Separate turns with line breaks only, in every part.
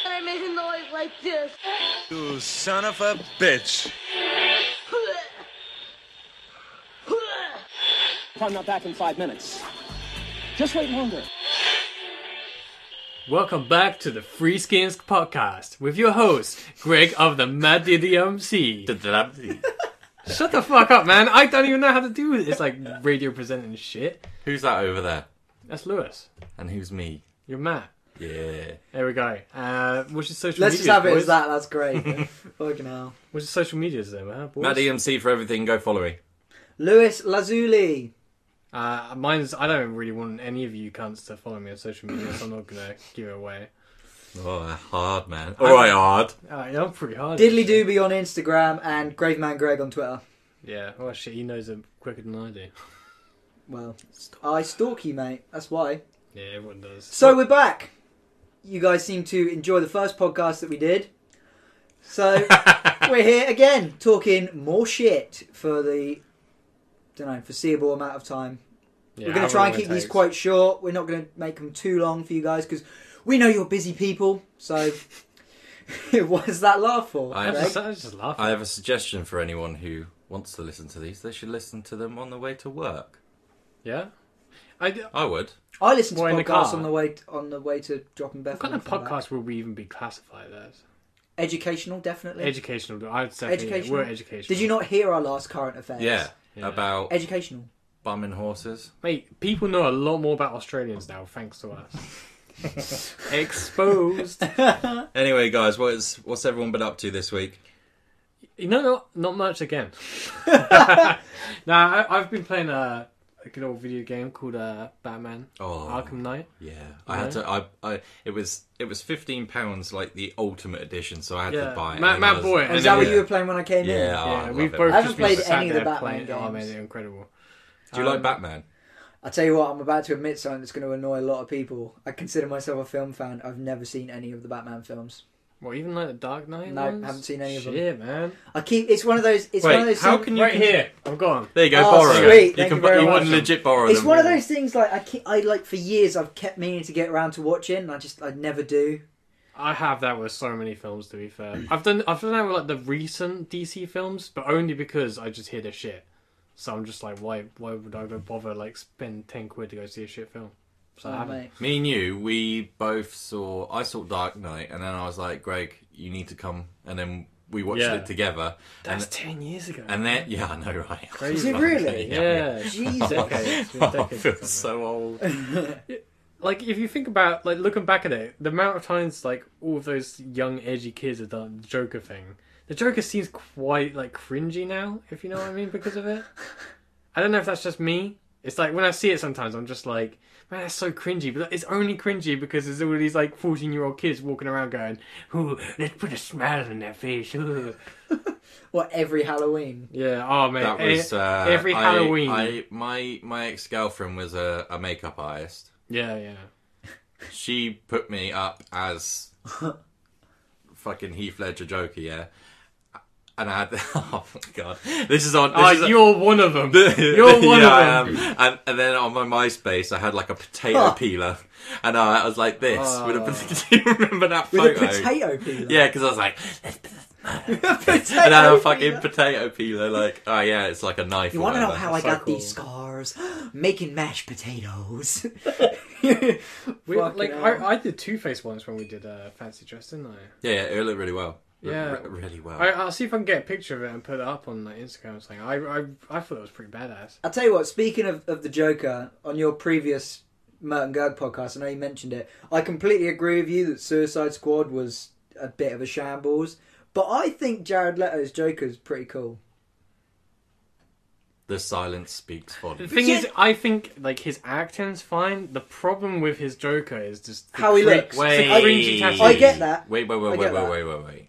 started making noise like this.
You son of a bitch.
If I'm not back in five minutes, just wait longer.
Welcome back to the Free Skins podcast with your host, Greg of the Mad DDMC. Shut the fuck up, man. I don't even know how to do it. It's like radio presenting shit.
who's that over there?
That's Lewis.
And who's me?
You're Matt.
Yeah.
There we go. Uh, what's your social
Let's just
media?
have it as that. That's great. Fucking hell.
What's your social medias then, huh, boys?
Matt EMC for everything, go follow me.
Lewis Lazuli.
Uh, mine's, I don't really want any of you cunts to follow me on social media, so I'm not going to give it away.
Oh, hard, man. Alright, hard.
Uh, yeah, I'm pretty hard.
Diddly Doobie on Instagram and Graveman Greg on Twitter.
Yeah, well, shit, he knows it quicker than I do.
Well, I stalk you, mate. That's why.
Yeah, everyone does.
So we're back. You guys seem to enjoy the first podcast that we did. So we're here again talking more shit for the don't know foreseeable amount of time.
Yeah,
we're going to try and keep
everyone
these
takes-
quite short. We're not going to make them too long for you guys because we know you're busy people. So what is that laugh for?
I
I
have
Greg?
was just, I was just laughing.
I have a suggestion for anyone who wants to listen to these. They should listen to them on the way to work.
Yeah? I, d-
I would.
I listen to
We're in the
podcasts
car.
on the way on the way to dropping
what
Beth.
kind of podcast will we even be classified as?
Educational, definitely.
Educational. I'd say
Educational.
we're educational.
Did you not hear our last current affairs?
Yeah.
Yeah.
About
Educational.
bumming horses.
Mate, people know a lot more about Australians now, thanks to us. Exposed.
Anyway, guys, what's what's everyone been up to this week?
You know, not, not much again. nah, I, I've been playing a, a good old video game called uh, Batman
Oh,
Arkham Knight.
yeah. I had to. I, I. It was. It was fifteen pounds, like the ultimate edition. So I had
Yeah,
to buy it.
Matt-
and
Matt
I was-
bought it,
Oh,
And
is that
then
what
we-
you were playing when I came in?
Yeah. oh, I
yeah,
love
we've
it.
both
I haven't
just
played
been sat
any of
there
the Batman
playing. Oh, man,
games.
they're incredible.
Do you like
Um,
Batman?
I tell you what, I'm about to admit something that's going to annoy a lot of people. I consider myself a film fan. I've never seen any of the Batman films.
What, even like the Dark Knight?
No,
ones?
haven't seen any of them.
Shit, man.
I keep. It's one of those. It's one of
Wait,
those.
how
things-
can you?
Right here, I'm gone.
There you go.
Oh,
borrow
sweet,
it.
thank
can.
you very
you
much.
can legit borrow
It's
them.
one of those things like I keep, I like for years I've kept meaning to get around to watching. And I just I never do.
I have that with so many films. To be fair, I've done I've done that with like the recent DC films, but only because I just hear their shit. So I'm just like, why why would I go bother like spend ten quid to go see a shit film? So I
Oh,
haven't.
mate.
Me and you, we both saw. I saw Dark Knight, and then I was like, Greg, you need to come. And then we watched
Yeah.
it together.
That's
and,
ten years ago.
and then, yeah, I know, right?
Crazy.
Is it really?
yeah,
Jesus.
Decades,
Oh, I
decades
feel
ago, man.
so old.
like if you think about like looking back at it, the amount of times like all of those young edgy kids have done the Joker thing. The Joker seems quite like cringy now, if you know what I mean, because of it. I don't know if that's just me. It's like when I see it sometimes, I'm just like, man, that's so cringy. But it's only cringy because there's all these like 14 year old kids walking around going, "Ooh, let's put a smile on their face." ooh."
What every Halloween?
Yeah. Oh man.
That was uh,
every
I-
Halloween.
I, my my ex girlfriend was a, a makeup artist.
Yeah, yeah.
She put me up as fucking Heath Ledger Joker, yeah. And I had oh my god, this is on. This
Ah,
is on-
you're one of them. You're one
Yeah,
of them.
I am. And, and then on my MySpace, I had like a potato peeler, and I was like this. With a, do you remember that
Oh. With
photo?
a potato peeler.
Yeah, because I was like,
Potato
and I had a
peeler.
fucking potato peeler. Like, oh yeah, it's like a knife.
You
or
want to know
whatever.
how I
It's so
got
cool.
these scars? Making mashed potatoes.
We,
Fucking
like
hell.
I, I did Two Face once when we did uh, fancy dress, didn't I?
Yeah, yeah, it looked really well. Re-
Yeah.
re- really
Oh.
well.
I? I'll see if I can get a picture of it and put it up on like Instagram or something. I I, I thought it was pretty badass.
I'll tell you what, speaking of, of the Joker, on your previous Mert and Gerg podcast, I know you mentioned it. I completely agree with you that Suicide Squad was a bit of a shambles, but I think Jared Leto's Joker is pretty cool.
the silence speaks
The
volumes.
thing is,
yeah.
I think like his acting's fine. The problem with his Joker is just the
How he
cri-
looks.
the
Wait.
cringy tattoos.
I get that.
Wait, wait,
I
wait, wait,
get
wait,
that.
wait, wait, wait.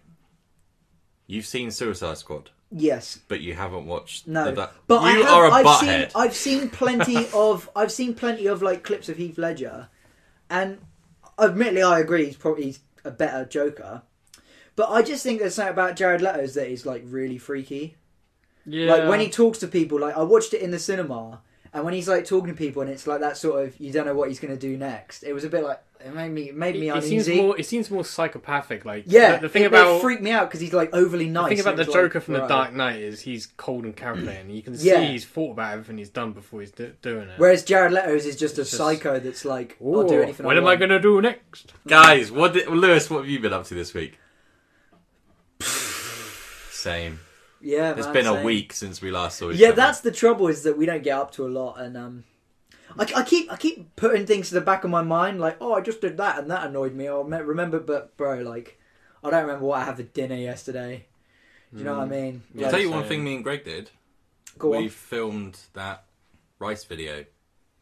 You've seen Suicide Squad,
Yes.
but you haven't watched.
No,
the, that-
but I
you
have,
are a
I've
butthead.
seen I've seen plenty of I've seen plenty of like clips of Heath Ledger, and admittedly I agree he's probably he's a better Joker, but I just think there's something about Jared Leto's that is like really freaky.
Yeah.
Like when he talks to people, like I watched it in the cinema, And when he's like talking to people, and it's like that sort of you don't know what he's going to do next. It was a bit like it made me it made me
It, it seems
uneasy.
more. It seems more psychopathic. Like
yeah,
the, the thing
it,
about
it freaked me out because he's like overly nice.
the thing about
and
the
it's like,
Joker from
right.
The Dark Knight is he's cold and calculating. You can
Yeah.
see he's thought about everything he's done before he's do- doing it.
Whereas Jared Leto's is just a
It's just-
psycho that's like,
Ooh,
I'll do anything.
what
I
am I
want.
going to do next?
Guys, what did, Lewis? What have you been up to this week? Same.
Yeah,
It's
man,
been a
same.
week since we last saw each
Yeah,
other.
that's the trouble is that we don't get up to a lot, and um, I, I keep I keep putting things to the back of my mind, like oh, I just did that and that annoyed me. I remember, but bro, like I don't remember what I had for dinner yesterday. Do you know what I mean?
Mm. I'll
Like,
tell you one
Same.
thing. Me and Greg did.
go
we
on.
filmed that rice video.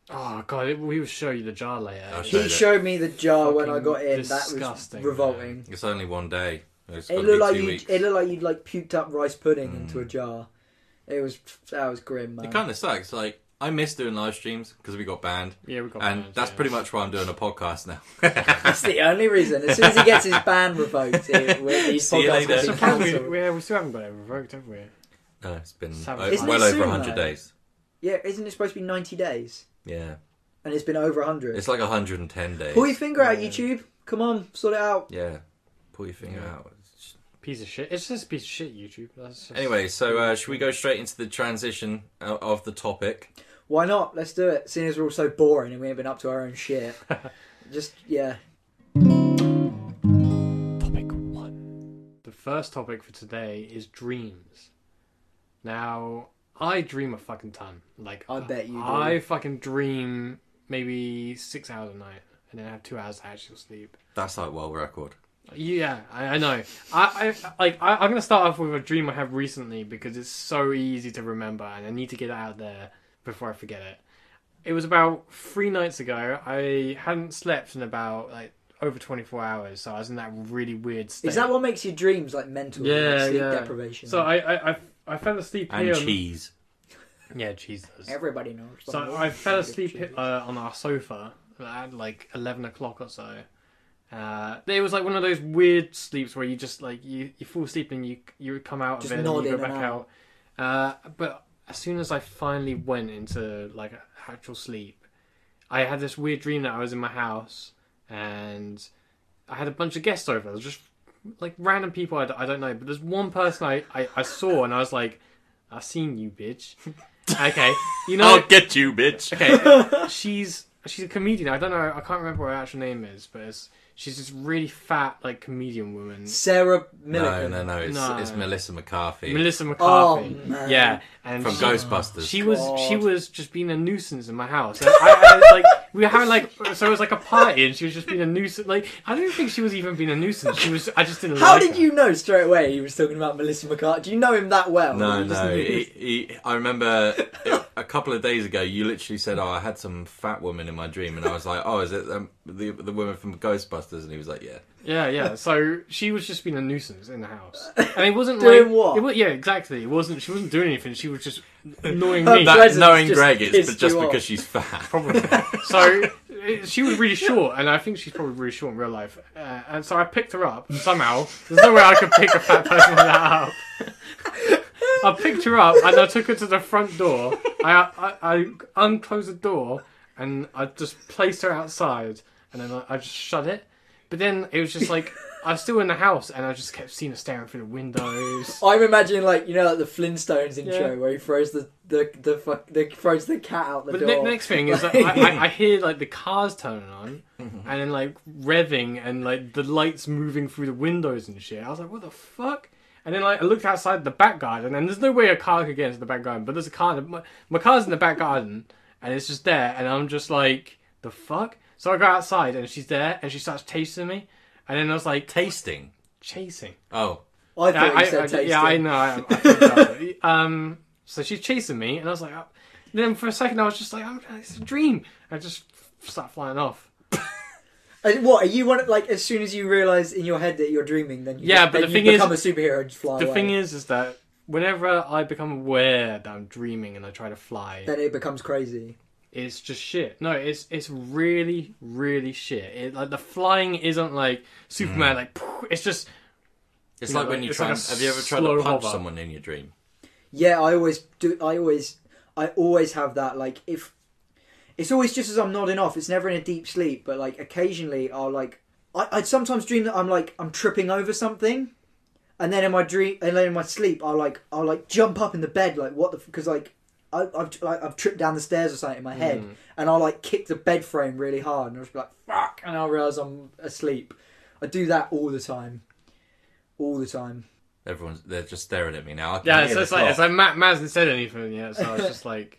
Oh god, it, we will show you the jar later.
I'll show
He
you.
showed me the jar when I
Fucking
got in. that was
disgusting,
revolting.
It's only one day. It's
It
gotta
looked
be
like
two
you.
weeks. Mm.
It looked like you'd like puked up rice pudding into a jar. It was that was grim, man.
It kind of sucks. Like I miss doing live streams because we got banned,
Yeah, we got
and
banned,
that's
yeah.
pretty much why I'm doing a podcast now.
That's the only reason. As soon as he gets his ban revoked, it, these
See you
podcasts
later.
will be
Surprisingly,
cancelled.
we, yeah, we still haven't got it revoked, have we?
no, it's been
Savage.
o-
Isn't
well
it
over
soon,
100
though?
days.
Yeah, isn't it supposed to be 90 days?
Yeah,
And it's been over 100.
it's like 110 days.
Pull your finger out, YouTube. Come on, sort it out.
yeah, pull your finger out. It's just-
Piece of shit. It's just a piece of shit. YouTube. That's just...
Anyway, so uh, should we go straight into the transition o- of the topic?
Why not? Let's do it. Seeing as we're all so boring and we ain't been up to our own shit. Just, yeah.
Topic one. The first topic for today is dreams. Now, I dream a fucking ton. Like
I bet you do.
I fucking dream maybe six hours a night, and then I have two hours to actual sleep.
That's like world record.
Yeah, I, I know. I, I like. I, I'm gonna start off with a dream I have recently because it's so easy to remember, and I need to get it out there before I forget it. It was about three nights ago. I hadn't slept in about like over 24 hours, so I was in that really weird state.
Is that what makes your dreams like mental?
Yeah,
like, sleep
yeah.
deprivation.
So I, I, I, I fell asleep
And
here.
um,
on-
cheese.
Yeah, cheese does.
Everybody knows.
So I fell asleep uh, on our sofa at like eleven o'clock or so. Uh, it was like one of those weird sleeps where you just like you, you fall asleep and you you come out
Just
of it and
nod
you go
in and
back out. Uh, but as soon as I finally went into like actual sleep, I had this weird dream that I was in my house and I had a bunch of guests over. It was just like random people I, d- I don't know, but there's one person I, I, I saw and I was like, I seen you, bitch. okay, you know,
I'll get you, bitch.
okay, she's she's a comedian. I don't know. I can't remember what her actual name is, but it's, she's this really fat like comedian woman,
Sarah
No,
Milliken.
no, no. It's,
No.
it's Melissa McCarthy
Melissa McCarthy.
Oh, man.
Yeah, and
from
she,
Ghostbusters.
she was she
God.
was just being a nuisance in my house. I, I, I was like we were having like so it was like a party, and she was just being a nuisance. Like I don't think she was even being a nuisance. She was I just didn't.
How
like
did
her.
you know straight away he was talking about Melissa McCarthy? Do you know him that well?
No,
You just
no.
knew-
He, he, I remember a couple of days ago, you literally said, "Oh, I had some fat woman in my dream," and I was like, "Oh, is it um, the the woman from Ghostbusters?" And he was like, "Yeah."
Yeah, yeah. So she was just being a nuisance in the house, and it wasn't
Doing
like,
what?
It was, yeah, exactly. It wasn't. She wasn't doing anything. She was just annoying
Her
me.
That,
presence
knowing
just
Greg, it's
pissed
just
you off.
because she's fat.
probably. so uh, she was really short, and I think she's probably really short in real life. Uh, and so I picked her up somehow. There's no way I could pick a fat person like that up. I picked her up and I took her to the front door. I I, I unclosed the door and I just placed her outside, and then I, I just shut it. But then it was just like I was still in the house, and I just kept seeing her staring through the windows.
I'm imagining like you know like the Flintstones intro
Yeah.
where he throws the the the, fuck, the throws the cat out the
But the
door.
ne- next thing is that I, I, I hear like the cars turning on, and then like revving and like the lights moving through the windows and shit. I was like, what the fuck? And then like I looked outside the back garden, and there's no way a car could get into the back garden. But there's a car. My, my car's in the back garden, and it's just there. And I'm just like, the fuck. So I go outside, and she's there, and she starts chasing me. And then I was like,
Tasting.
chasing.
Oh,
I
Yeah,
thought you
I-
said
I-
tasty.
Yeah, I know. I, I fucked up. um, so she's chasing me, and I was like, oh. then for a second, I was just like, oh, it's a dream. I just start flying off.
And what are you one of- like? As soon as you realise in your head that you're dreaming, then you,
Yeah, but
then
the
you
thing is-
become a superhero and fly
Oh,
The
away.
thing is, is that whenever I become aware that I'm dreaming and I try to fly,
then it becomes crazy.
it's just shit. No, it's it's really really shit. It, like the flying isn't like Superman.
Hmm.
Like poof, it's just
it's
Yeah,
like when
like-
you
it's
try.
like
and-
a
have you ever tried
slow
to punch
hover.
someone in your dream?
Yeah, I always do. I always I always have that like if it's always just as I'm nodding off. It's never in a deep sleep, but like occasionally I'll like I, I'd sometimes dream that I'm like I'm tripping over something, and then in my dream and then in my sleep I'll like I'll like jump up in the bed like what the because like. I, I've like, I've tripped down the stairs or something in my head,
Mm.
and I'll like kick the bed frame really hard, and I'll just be like fuck, and I'll realize I'm asleep. I do that all the time, all the time.
Everyone's they're just staring at me now. I can
Yeah,
hear
so
the
it's like, it's
clock.
like Matt, Matt hasn't said anything yet, so I was just like,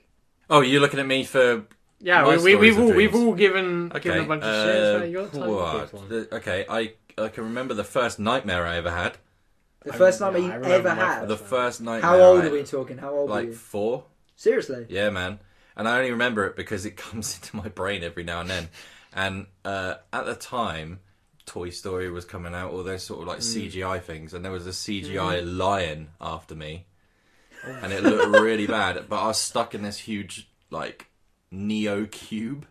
oh, you're looking at me for
yeah,
My
we, we,
stories
we've
of
all we've
dreams.
all given given a bunch of shares.
uh,
Matt, your time to
what?
pick one.
The- okay, I I can remember the first nightmare I ever had.
The first time
yeah, I
you
remember my
ever had.
The first nightmare.
How old
I-
are we talking? How old were
Like
you?
four.
Seriously?
Yeah, man. And I only remember it because it comes into my brain every now and then. And uh, at the time, Toy Story was coming out, all those sort of like CGI things, and there was a CGI lion after me, and it looked really bad. But I was stuck in this huge like Neo cube,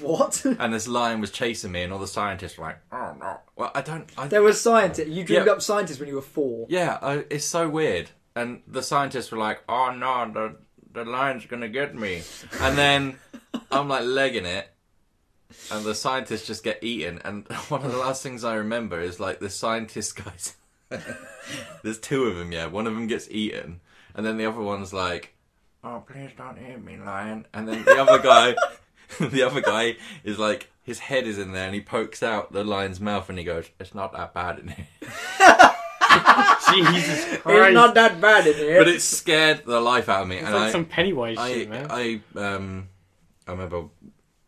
What?
and this lion was chasing me, and all the scientists were like, "Oh no!" Well, I don't. I,
there was scientists. You dreamed
Yeah.
up scientists when you were four.
Yeah, I, it's so weird. And the scientists were like, "Oh no, the the lion's gonna get me," and then I'm like legging it, and the scientists just get eaten. And one of the last things I remember is like the scientist guys. There's two of them. Yeah, one of them gets eaten, and then the other one's like, "Oh, please don't eat me, lion." And then the other guy, the other guy is like, his head is in there, and he pokes out the lion's mouth, and he goes, "It's not that bad in here."
Jesus Christ!
It's not that bad in here.
but it scared the life out of me.
It's
and
like
I,
some Pennywise
I,
shit, man.
I, um, I remember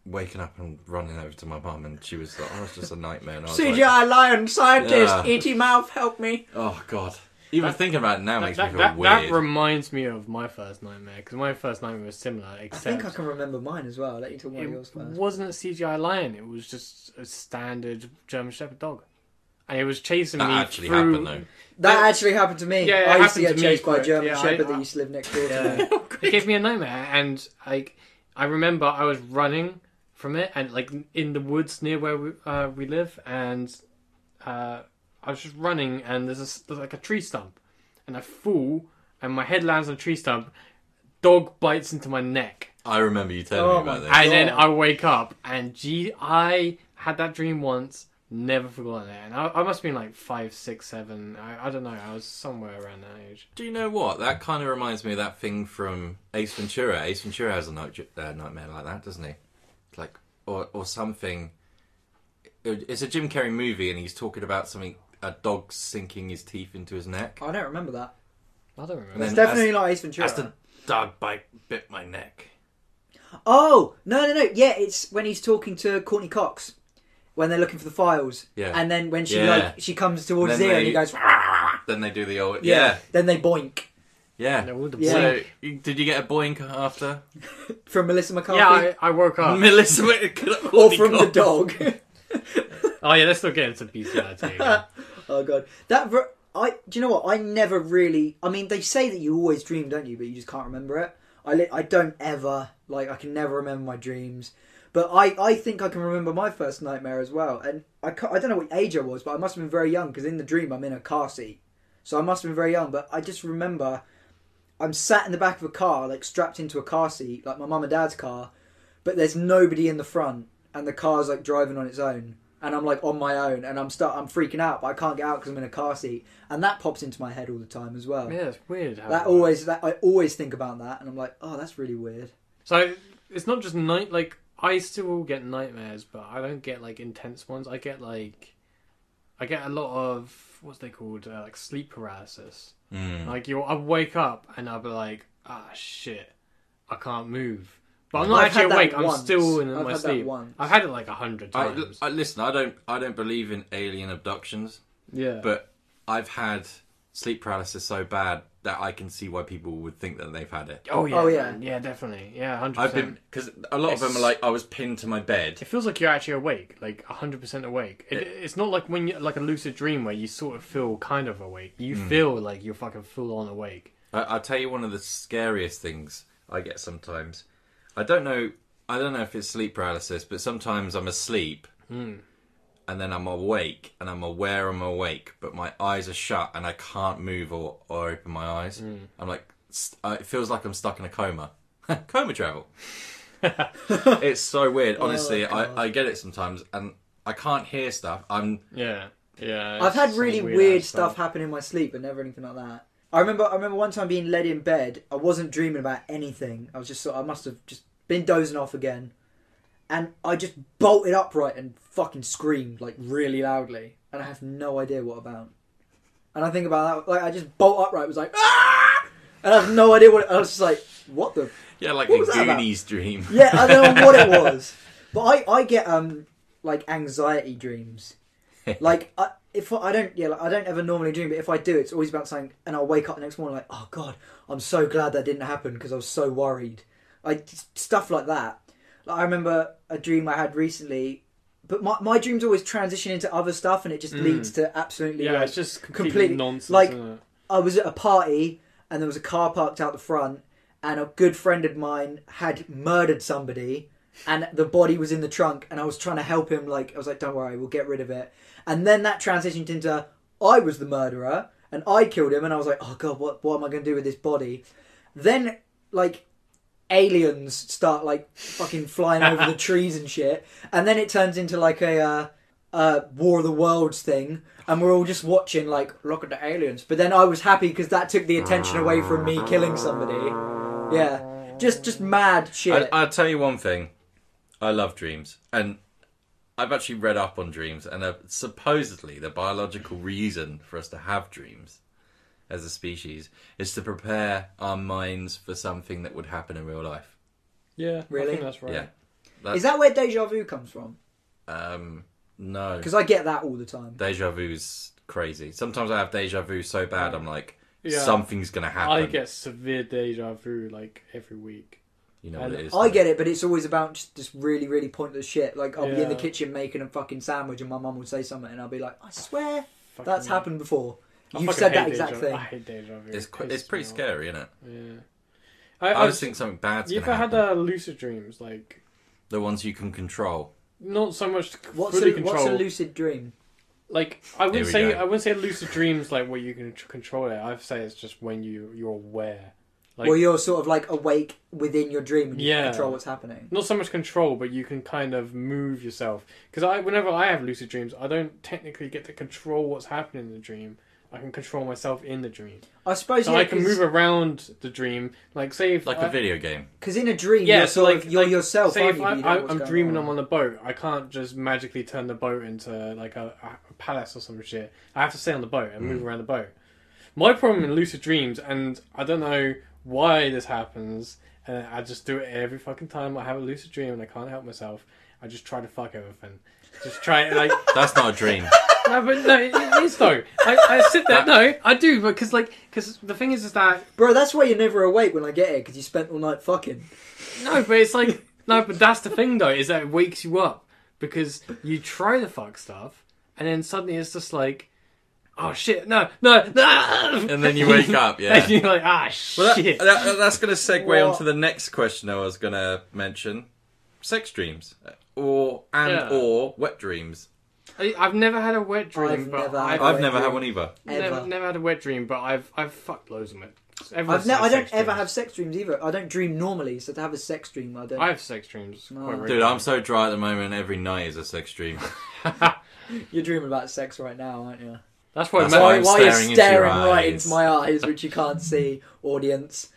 waking up and running over to my mum, and she was like, "Oh, it's just a nightmare." And I was like,
CGI lion scientist,
Yeah.
itty mouth, help me.
"Oh God." Even
That-
thinking about it now
that,
makes me
that,
feel
that,
weird.
that reminds me of my first nightmare because my first nightmare was similar,
I
except
think I can remember mine as well. I'll let you talk about yours
it
first.
wasn't a CGI lion. It was just a standard German Shepherd dog, and it was chasing
That
me
actually
through.
happened though.
That actually happened to me.
Yeah, yeah,
I
it
used to get
happened to me
chased by a
quick.
German
Yeah, I-
Shepherd that
I-
used to live next door to
Yeah.
me.
it gave me a nightmare, and like I remember I was running from it, and like in the woods near where we uh, we live, and uh, I was just running, and there's, a s there's like a tree stump, and I fall, and my head lands on a tree stump. Dog bites into my neck,
I remember you telling
Oh
me about
my
this.
God.
and then I wake up, and gee, I had that dream once. Never forgotten it, and I, I must have been like five, six, seven. I, I don't know. I was somewhere around that age.
Do you know what? That kind of reminds me of that thing from Ace Ventura. Ace Ventura has a night, uh, nightmare like that, doesn't he? Like, or or something. It's a Jim Carrey movie, and he's talking about something. A dog sinking his teeth into his neck.
I don't remember that.
I don't remember.
It's
And
definitely
as-
not Ace Ventura.
As the dog bite bit my neck.
Oh no no no! Yeah, it's when he's talking to Courtney Cox when they're looking for the files.
Yeah.
And then when she
Yeah.
like she comes towards his
Then
ear and he
they-
goes.
Then they do the old
Yeah.
yeah
Then they boink
yeah.
There was a
Yeah.
So you- did you get a boink after
from Melissa McCarthy
yeah, I, I woke up.
Melissa?
or Uh, from the dog.
Oh yeah, let's not get into bestiality.
oh god, that ver- I. Do you know what? I never really. I mean, they say that you always dream, don't you? But you just can't remember it. I li- I don't ever like. I can never remember my dreams. But I, I think I can remember my first nightmare as well. And I, ca- I don't know what age I was, but I must have been very young because in the dream I'm in a car seat. So I must have been very young. But I just remember I'm sat in the back of a car, like strapped into a car seat, like my mum and dad's car, but there's nobody in the front, and the car's like driving on its own, and I'm like on my own, and I'm start, I'm freaking out, but I can't get out because I'm in a car seat, and that pops into my head all the time as well.
yeah, it's weird. How
That always, that I always think about that, and I'm like, oh, that's really weird.
So it's not just night. Like I still get nightmares, but I don't get like intense ones. I get like, I get a lot of what's they called uh, like sleep paralysis.
Hmm.
Like you, I wake up and I'll be like, ah shit, I can't move. But I'm not
I've had
actually
that
awake. I'm
once.
still in
I've
my
had that
sleep.
once.
I've had it like a hundred
I,
times.
I, listen, I don't I don't believe in alien abductions,
yeah,
but I've had sleep paralysis so bad that I can see why people would think that they've had it.
oh yeah,
Oh, yeah.
yeah, yeah, definitely, yeah, hundred
I've
percent.
been because a lot of them are like I was pinned to my bed.
It feels like you're actually awake, like 100% awake. It, it's not like when you like a lucid dream where you sort of feel kind of awake. You feel like you're fucking full on awake.
I, I'll tell you one of the scariest things I get sometimes. I don't know. I don't know if it's sleep paralysis, but sometimes I'm asleep and then I'm awake and I'm aware I'm awake, but my eyes are shut and I Hmm. can't move or, or open my eyes. I'm like, st- uh, it feels like I'm stuck in a coma. coma travel. it's so weird. Honestly,
God.
I, I get it sometimes, and I can't hear stuff. I'm
Yeah, yeah.
I've
it's
had
some
really weird,
ass
stuff happen in my sleep, but never anything like that. I remember, I remember one time being led in bed. I wasn't dreaming about anything. I was just, sort I must have just been dozing off again, and I just bolted upright and fucking screamed like really loudly, and I have no idea what about. And I think about that, like I just bolt upright, was like, ah, and I have no idea what. I was just like, what the
yeah, like
What
a
was that about?
Goonies dream.
yeah, I don't know what it was, but I, I get um like anxiety dreams. Like I, if I, I don't yeah like, I don't ever normally dream, but if I do, it's always about something, and I'll wake up the next morning like oh god, I'm so glad that didn't happen because I was so worried. Like just stuff like that. Like I remember a dream I had recently, but my my dreams always transition into other stuff, and it just leads to absolutely
Yeah,
like,
it's just complete,
completely-
nonsense.
like-
isn't it?
I was at a party and there was a car parked out the front, and a good friend of mine had murdered somebody, and the body was in the trunk, and I was trying to help him. Like I was like, "Don't worry, we'll get rid of it." And then that transitioned into I was the murderer and I killed him, and I was like, "Oh god, what what am I going to do with this body?" Then like aliens start like fucking flying over the trees and shit, and then it turns into like a uh, uh, War of the Worlds thing, and we're all just watching like look at the aliens. But then I was happy because that took the attention away from me killing somebody. Yeah, just just mad
I,
shit.
I'll tell you one thing. I love dreams, and I've actually read up on dreams, and uh, supposedly the biological reason for us to have dreams as a species is to prepare our minds for something that would happen in real life.
yeah, I
Really?
think that's right.
Yeah.
Is that where deja vu comes from?
Um, no.
Because I get that all the time.
Deja vu's crazy. Sometimes I have deja vu so bad, I'm like,
Yeah.
something's gonna happen.
I get severe deja vu like every week.
You know what it is.
I get it, but it's always about just, just really, really pointless shit. Like I'll be in the
Yeah.
kitchen making a fucking sandwich, and my mum would say something, and I'll be like, "I swear
Fucking-
that's happened before."
I
You've
fucking
said that
hate
exact
deja,
thing.
I hate deja vu.
It's
It
qu-
pisses
it's pretty
me off.
scary, isn't it?
Yeah. I,
I
I
always
was,
think something bad's
you
gonna
ever had
happen.
uh, lucid dreams? Like
The ones you can control.
not so much to
What's
fully
a,
control.
what's a lucid dream?
like I
Here
wouldn't
we
say
go.
I wouldn't say lucid dreams like where you can tr- control it. I'd say it's just when you you're aware. Like
Where you're sort of like awake within your dream and you can
Yeah.
control what's happening.
not so much control, but you can kind of move yourself. Because I, whenever I have lucid dreams, I don't technically get to control what's happening in the dream. I can control myself in the dream,
I suppose
so
yeah,
I can move around the dream. Like say if
Like
I,
a video game.
because in a dream
Yeah,
you're
so
sort
like
of you're
like,
yourself.
Say
aren't
if
you,
I,
but you don't know
I,
what's
I'm
going
dreaming
on.
I'm on a boat, I can't just magically turn the boat into like a, a palace or some shit. I have to stay on the boat and
Hmm.
move around the boat. My problem in lucid dreams, and I don't know why this happens, and I just do it every fucking time I have a lucid dream and I can't help myself. I just try to fuck everything. Just try like
That's not a dream.
no, but no, it, it is though. I, I sit there. No, I do, because like, because the thing is, is that
Bro, that's why you're never awake when I get here because you spent all night fucking.
No, but it's like no, but that's the thing though, is that it wakes you up because you try the fuck stuff, and then suddenly it's just like, oh shit, no, no, no,
And then you wake up, yeah.
and you're like, ah
Well, that,
shit.
that- that's going to segue
What?
onto the next question I was going to mention: sex dreams, Uh, or and
Yeah.
or wet dreams.
I, I've never had a wet dream,
I've
but
never
I've,
had
I've
wet
never had
dream.
one either.
never,
Ever.
never had a wet dream, but I've I've fucked loads of them.
I've ne- I don't ever have sex dreams either. I don't dream normally, so to have a sex dream, I don't.
I have sex dreams.
No.
Quite regularly.
Dude, I'm so dry at the moment. Every night is a sex dream.
You're dreaming about sex right now, aren't you?
That's why.
That's
Matt-
why
Why,
I'm
why you're
staring
staring,
into your
right
eyes.
into my eyes, which you can't see, audience.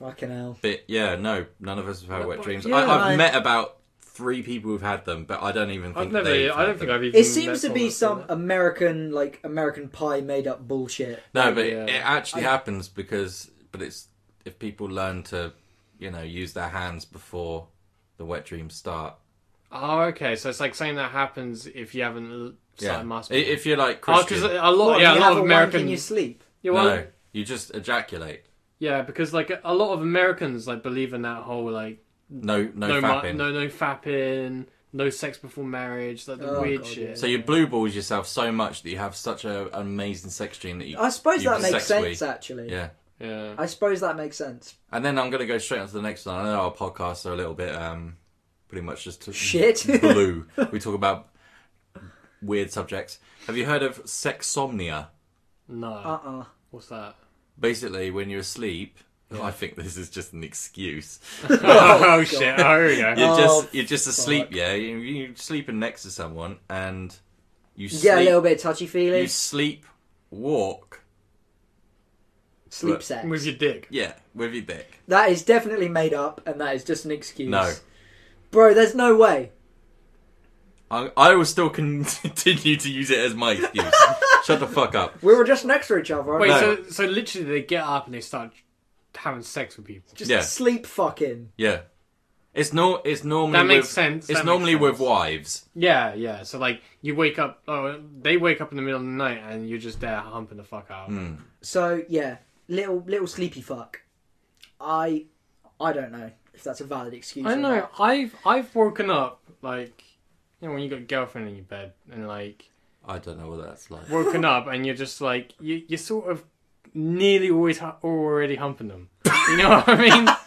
Fucking hell.
But yeah, no, none of us have had
No,
wet
but-
dreams.
yeah,
I, I've
I-
met about three people who've had them, but I don't even think
I've never. e-,
they've
I
had
don't think
them.
I've even.
It
met
seems to
someone
be
that's
some
done that.
American, like American Pie made up bullshit.
No, but
Yeah.
it, it actually
I-
happens because, but it's if people learn to, you know, use their hands before the wet dreams start.
Oh, okay. So it's like saying that happens if you haven't l- started
Yeah, I-
masturbating.
if you're like
Oh, because
Christian,
a lot,
What,
yeah,
you
a
have
lot of
wank in
American.
your sleep.
Yeah, well,
no, you just ejaculate.
yeah, because like a lot of Americans like believe in that whole like
No, no,
no ma-
fapping.
no no fapping, no sex before marriage, like the
Oh,
weird
God, yeah.
shit.
So you blue balls yourself so much that you have such a, an amazing sex dream that you.
I suppose
you
that makes
sex
sense,
with.
actually.
Yeah,
yeah.
I suppose that makes sense.
and then I'm gonna go straight on to the next one. I know our podcasts are a little bit, um, pretty much just to-
Shit.
blue. we talk about weird subjects. Have you heard of sexomnia?
no,
Uh uh
what's that?
Basically, when you're asleep, I think this is just an excuse.
oh, shit! Oh, here we go.
You're
Oh,
just you're just asleep.
fuck.
Yeah, you, you're sleeping next to someone, and you sleep.
Get a little bit touchy feely.
You sleep, walk.
Sleep sex.
With your dick.
Yeah, with your dick.
That is definitely made up, and that is just an excuse.
No.
bro, there's no way.
I, I will still continue to use it as my excuse. Shut the fuck up.
We were just next to each other.
Wait,
No.
so so literally they get up and they start having sex with people.
just
yeah.
sleep fucking.
Yeah, it's no. It's normally
That makes
with-
sense,
It's
that makes
normally with
sense.
wives.
Yeah, yeah. So like you wake up, oh, they wake up in the middle of the night and you're just there humping the fuck out.
So yeah, little little sleepy fuck. I I don't know if that's a valid excuse.
I
or
know.
not.
I've I've woken up like you know when you got a girlfriend in your bed and like
I don't know what that's like.
woken up and you're just like you you're sort of nearly always hu- already humping them. You know what I mean?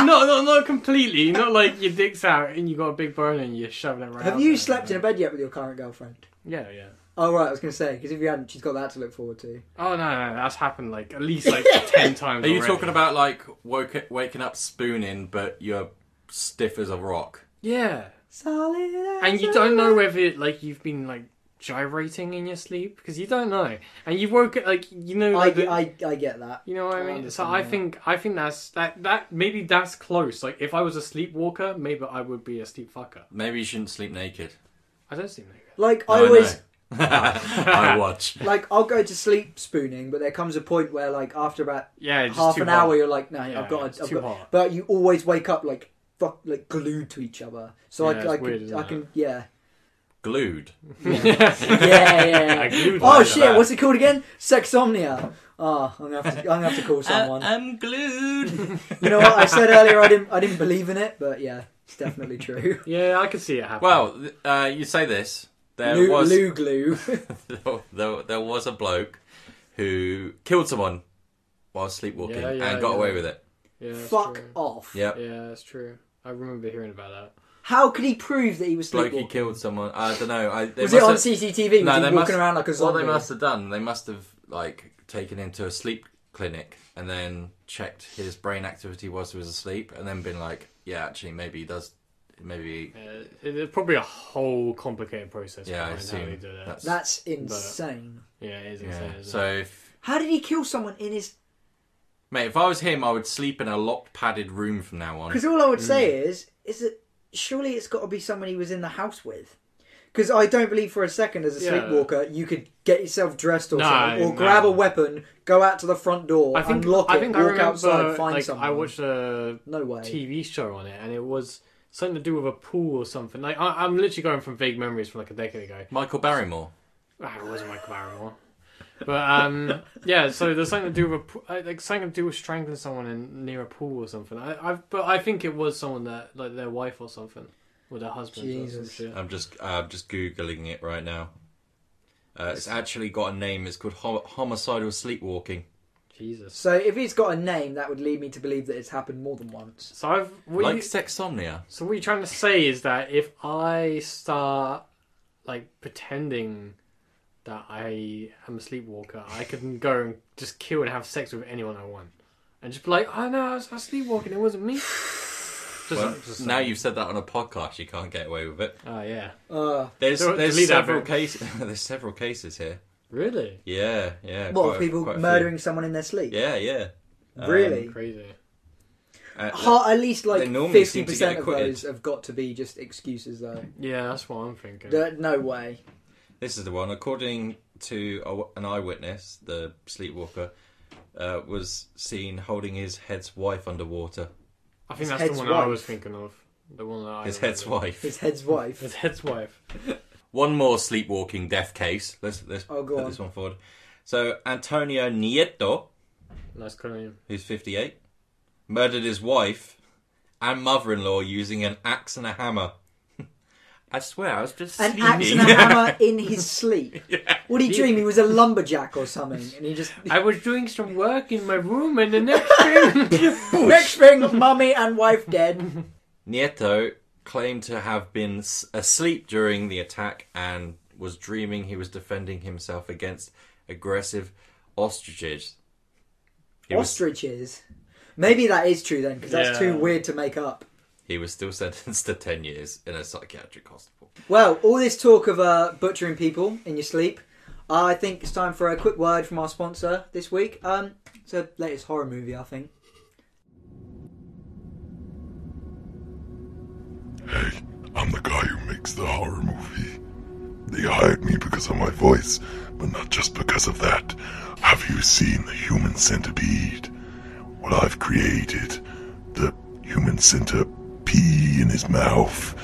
No, no, not completely. Not like your dick's out and you got a big bone and you're shoving it right.
Have
out
you
there.
slept in a bed yet with your current girlfriend?
Yeah, yeah.
Oh right, I was gonna say because if you hadn't, she's got that to look forward to.
Oh no, no, that's happened like at least like ten times.
Are you
already.
talking about like woke, waking up spooning, but you're stiff as a rock?
Yeah,
Solid. as
and you
a
don't know
rock.
whether like you've been like gyrating in your sleep because you don't know, and you woke up like you know
I,
like, the-
I I get that.
You know what I
I
mean? So
understand
I
that.
think I think that's that that maybe that's close. Like if I was a sleepwalker, maybe I would be a sleep fucker.
Maybe you shouldn't sleep naked.
I don't sleep naked.
Like
No,
I always
know. I watch.
like I'll go to sleep spooning, but there comes a point where like after about
Yeah, just
half
too
an
hot.
hour, you're like, no,
Yeah,
I've got,
it's
I've
too
got.
hot.
But you always wake up like fuck, like glued to each other. So
Yeah,
I, I,
it's weird,
can,
isn't
I
it?
can, yeah,
Glued.
yeah, yeah.
I glued
oh
like
shit,
that.
what's it called again? Sexomnia. Oh, I'm gonna have to, I'm gonna have to call someone.
Uh, I'm glued.
you know what? I said earlier I didn't, I didn't believe in it, but yeah, it's definitely true.
Yeah, I could see it happen.
well, th- uh, you say this. There
Lou,
was
Lou glue.
there, there was a bloke who killed someone while sleepwalking
Yeah, yeah,
and got
yeah.
away with it.
yeah, that's
Fuck
true.
off.
Yep.
Yeah, that's true. I remember hearing about that.
How could he prove that he was
Bloke who
sleepwalking?
killed someone. I don't know. I, they
Was it
must
on
have-
CCTV? Was
No, they
he walking
must-
around like a
What
zombie?
they must have done, they must have like taken him to a sleep clinic and then checked his brain activity whilst he was asleep, and then been like, yeah, actually, maybe he does, maybe
Uh, it- it's probably a whole complicated process.
yeah, I
behind how they
assume
do that.
that's
That's insane.
Yeah, it is insane.
yeah.
isn't
So,
it?
if,
How did he kill someone in his
mate, if I was him, I would sleep in a locked padded room from now on.
Because all I
Hmm.
would say is, is that surely it's got to be someone he was in the house with. Because I don't believe for a second, as a
Yeah.
sleepwalker, you could get yourself dressed or
No,
something, or
no.
grab a weapon, go out to the front door,
I think
unlock it,
I think
walk
I remember
outside, find
like
someone.
I watched a
no way.
TV show on it, and it was something to do with a pool or something. Like I, I'm literally going from vague memories from like a decade ago.
Michael Barrymore.
Ah, it wasn't Michael Barrymore. But um, yeah, so there's something to do with a p- uh, like something to do with strangling someone in, near a pool or something. I, I've but I think it was someone that like their wife or something, or their husband or
Jesus.
some shit.
I'm just, I'm just googling it right now. Uh, it's actually got a name. It's called hom- homicidal sleepwalking.
Jesus.
So if he's got a name, that would lead me to believe that it's happened more than once.
So I've what
like
you,
sexomnia.
so what you're trying to say is that if I start like pretending that I am a sleepwalker, I can go and just kill and have sex with anyone I want, and just be like, oh no, I was, I was sleepwalking, it wasn't me. Just,
Well,
just-
now you've said that on a podcast, you can't get away with it.
Oh yeah.
Uh,
There's
Del-
there's
delete that
several
bit.
cases. there's several cases here.
Really?
Yeah, yeah.
what,
quite a-
people
quite a few.
murdering someone in their sleep?
Yeah, yeah. Um,
Really?
Crazy.
uh,
Ha- at least like
They normally
fifty
seem to get
percent of
acquitted.
those have got to be just excuses, though.
Yeah, that's what I'm thinking.
There- No way.
this is the one. According to a, an eyewitness, the sleepwalker uh, was seen holding his head's wife underwater.
I think
his
that's the
head's
one I
wife.
was thinking of. The one that I
His
remember.
head's wife.
His head's wife.
His head's wife.
One more sleepwalking death case. Let's let's
Oh, go
put
on.
this one forward. So Antonio Nieto,
Nice claim.
who's 58, murdered his wife and mother-in-law using an axe and a hammer. I swear, I was just
an
sleeping.
axe and a hammer in his sleep. What did he dream? He was a lumberjack or something, and he just
I was doing some work in my room, and the next thing.
next thing, mummy and wife dead.
Nieto claimed to have been s- asleep during the attack and was dreaming he was defending himself against aggressive ostriches. He was
Ostriches. Maybe that is true then, because that's
Yeah.
too weird to make up.
he was still sentenced to ten years in a psychiatric hospital.
Well, all this talk of uh, butchering people in your sleep, I think it's time for a quick word from our sponsor this week. Um, it's the latest horror movie, I think.
Hey, I'm the guy who makes the horror movie. They hired me because of my voice, but not just because of that. Have you seen the human centipede? Well, I've created the human centipede in his mouth.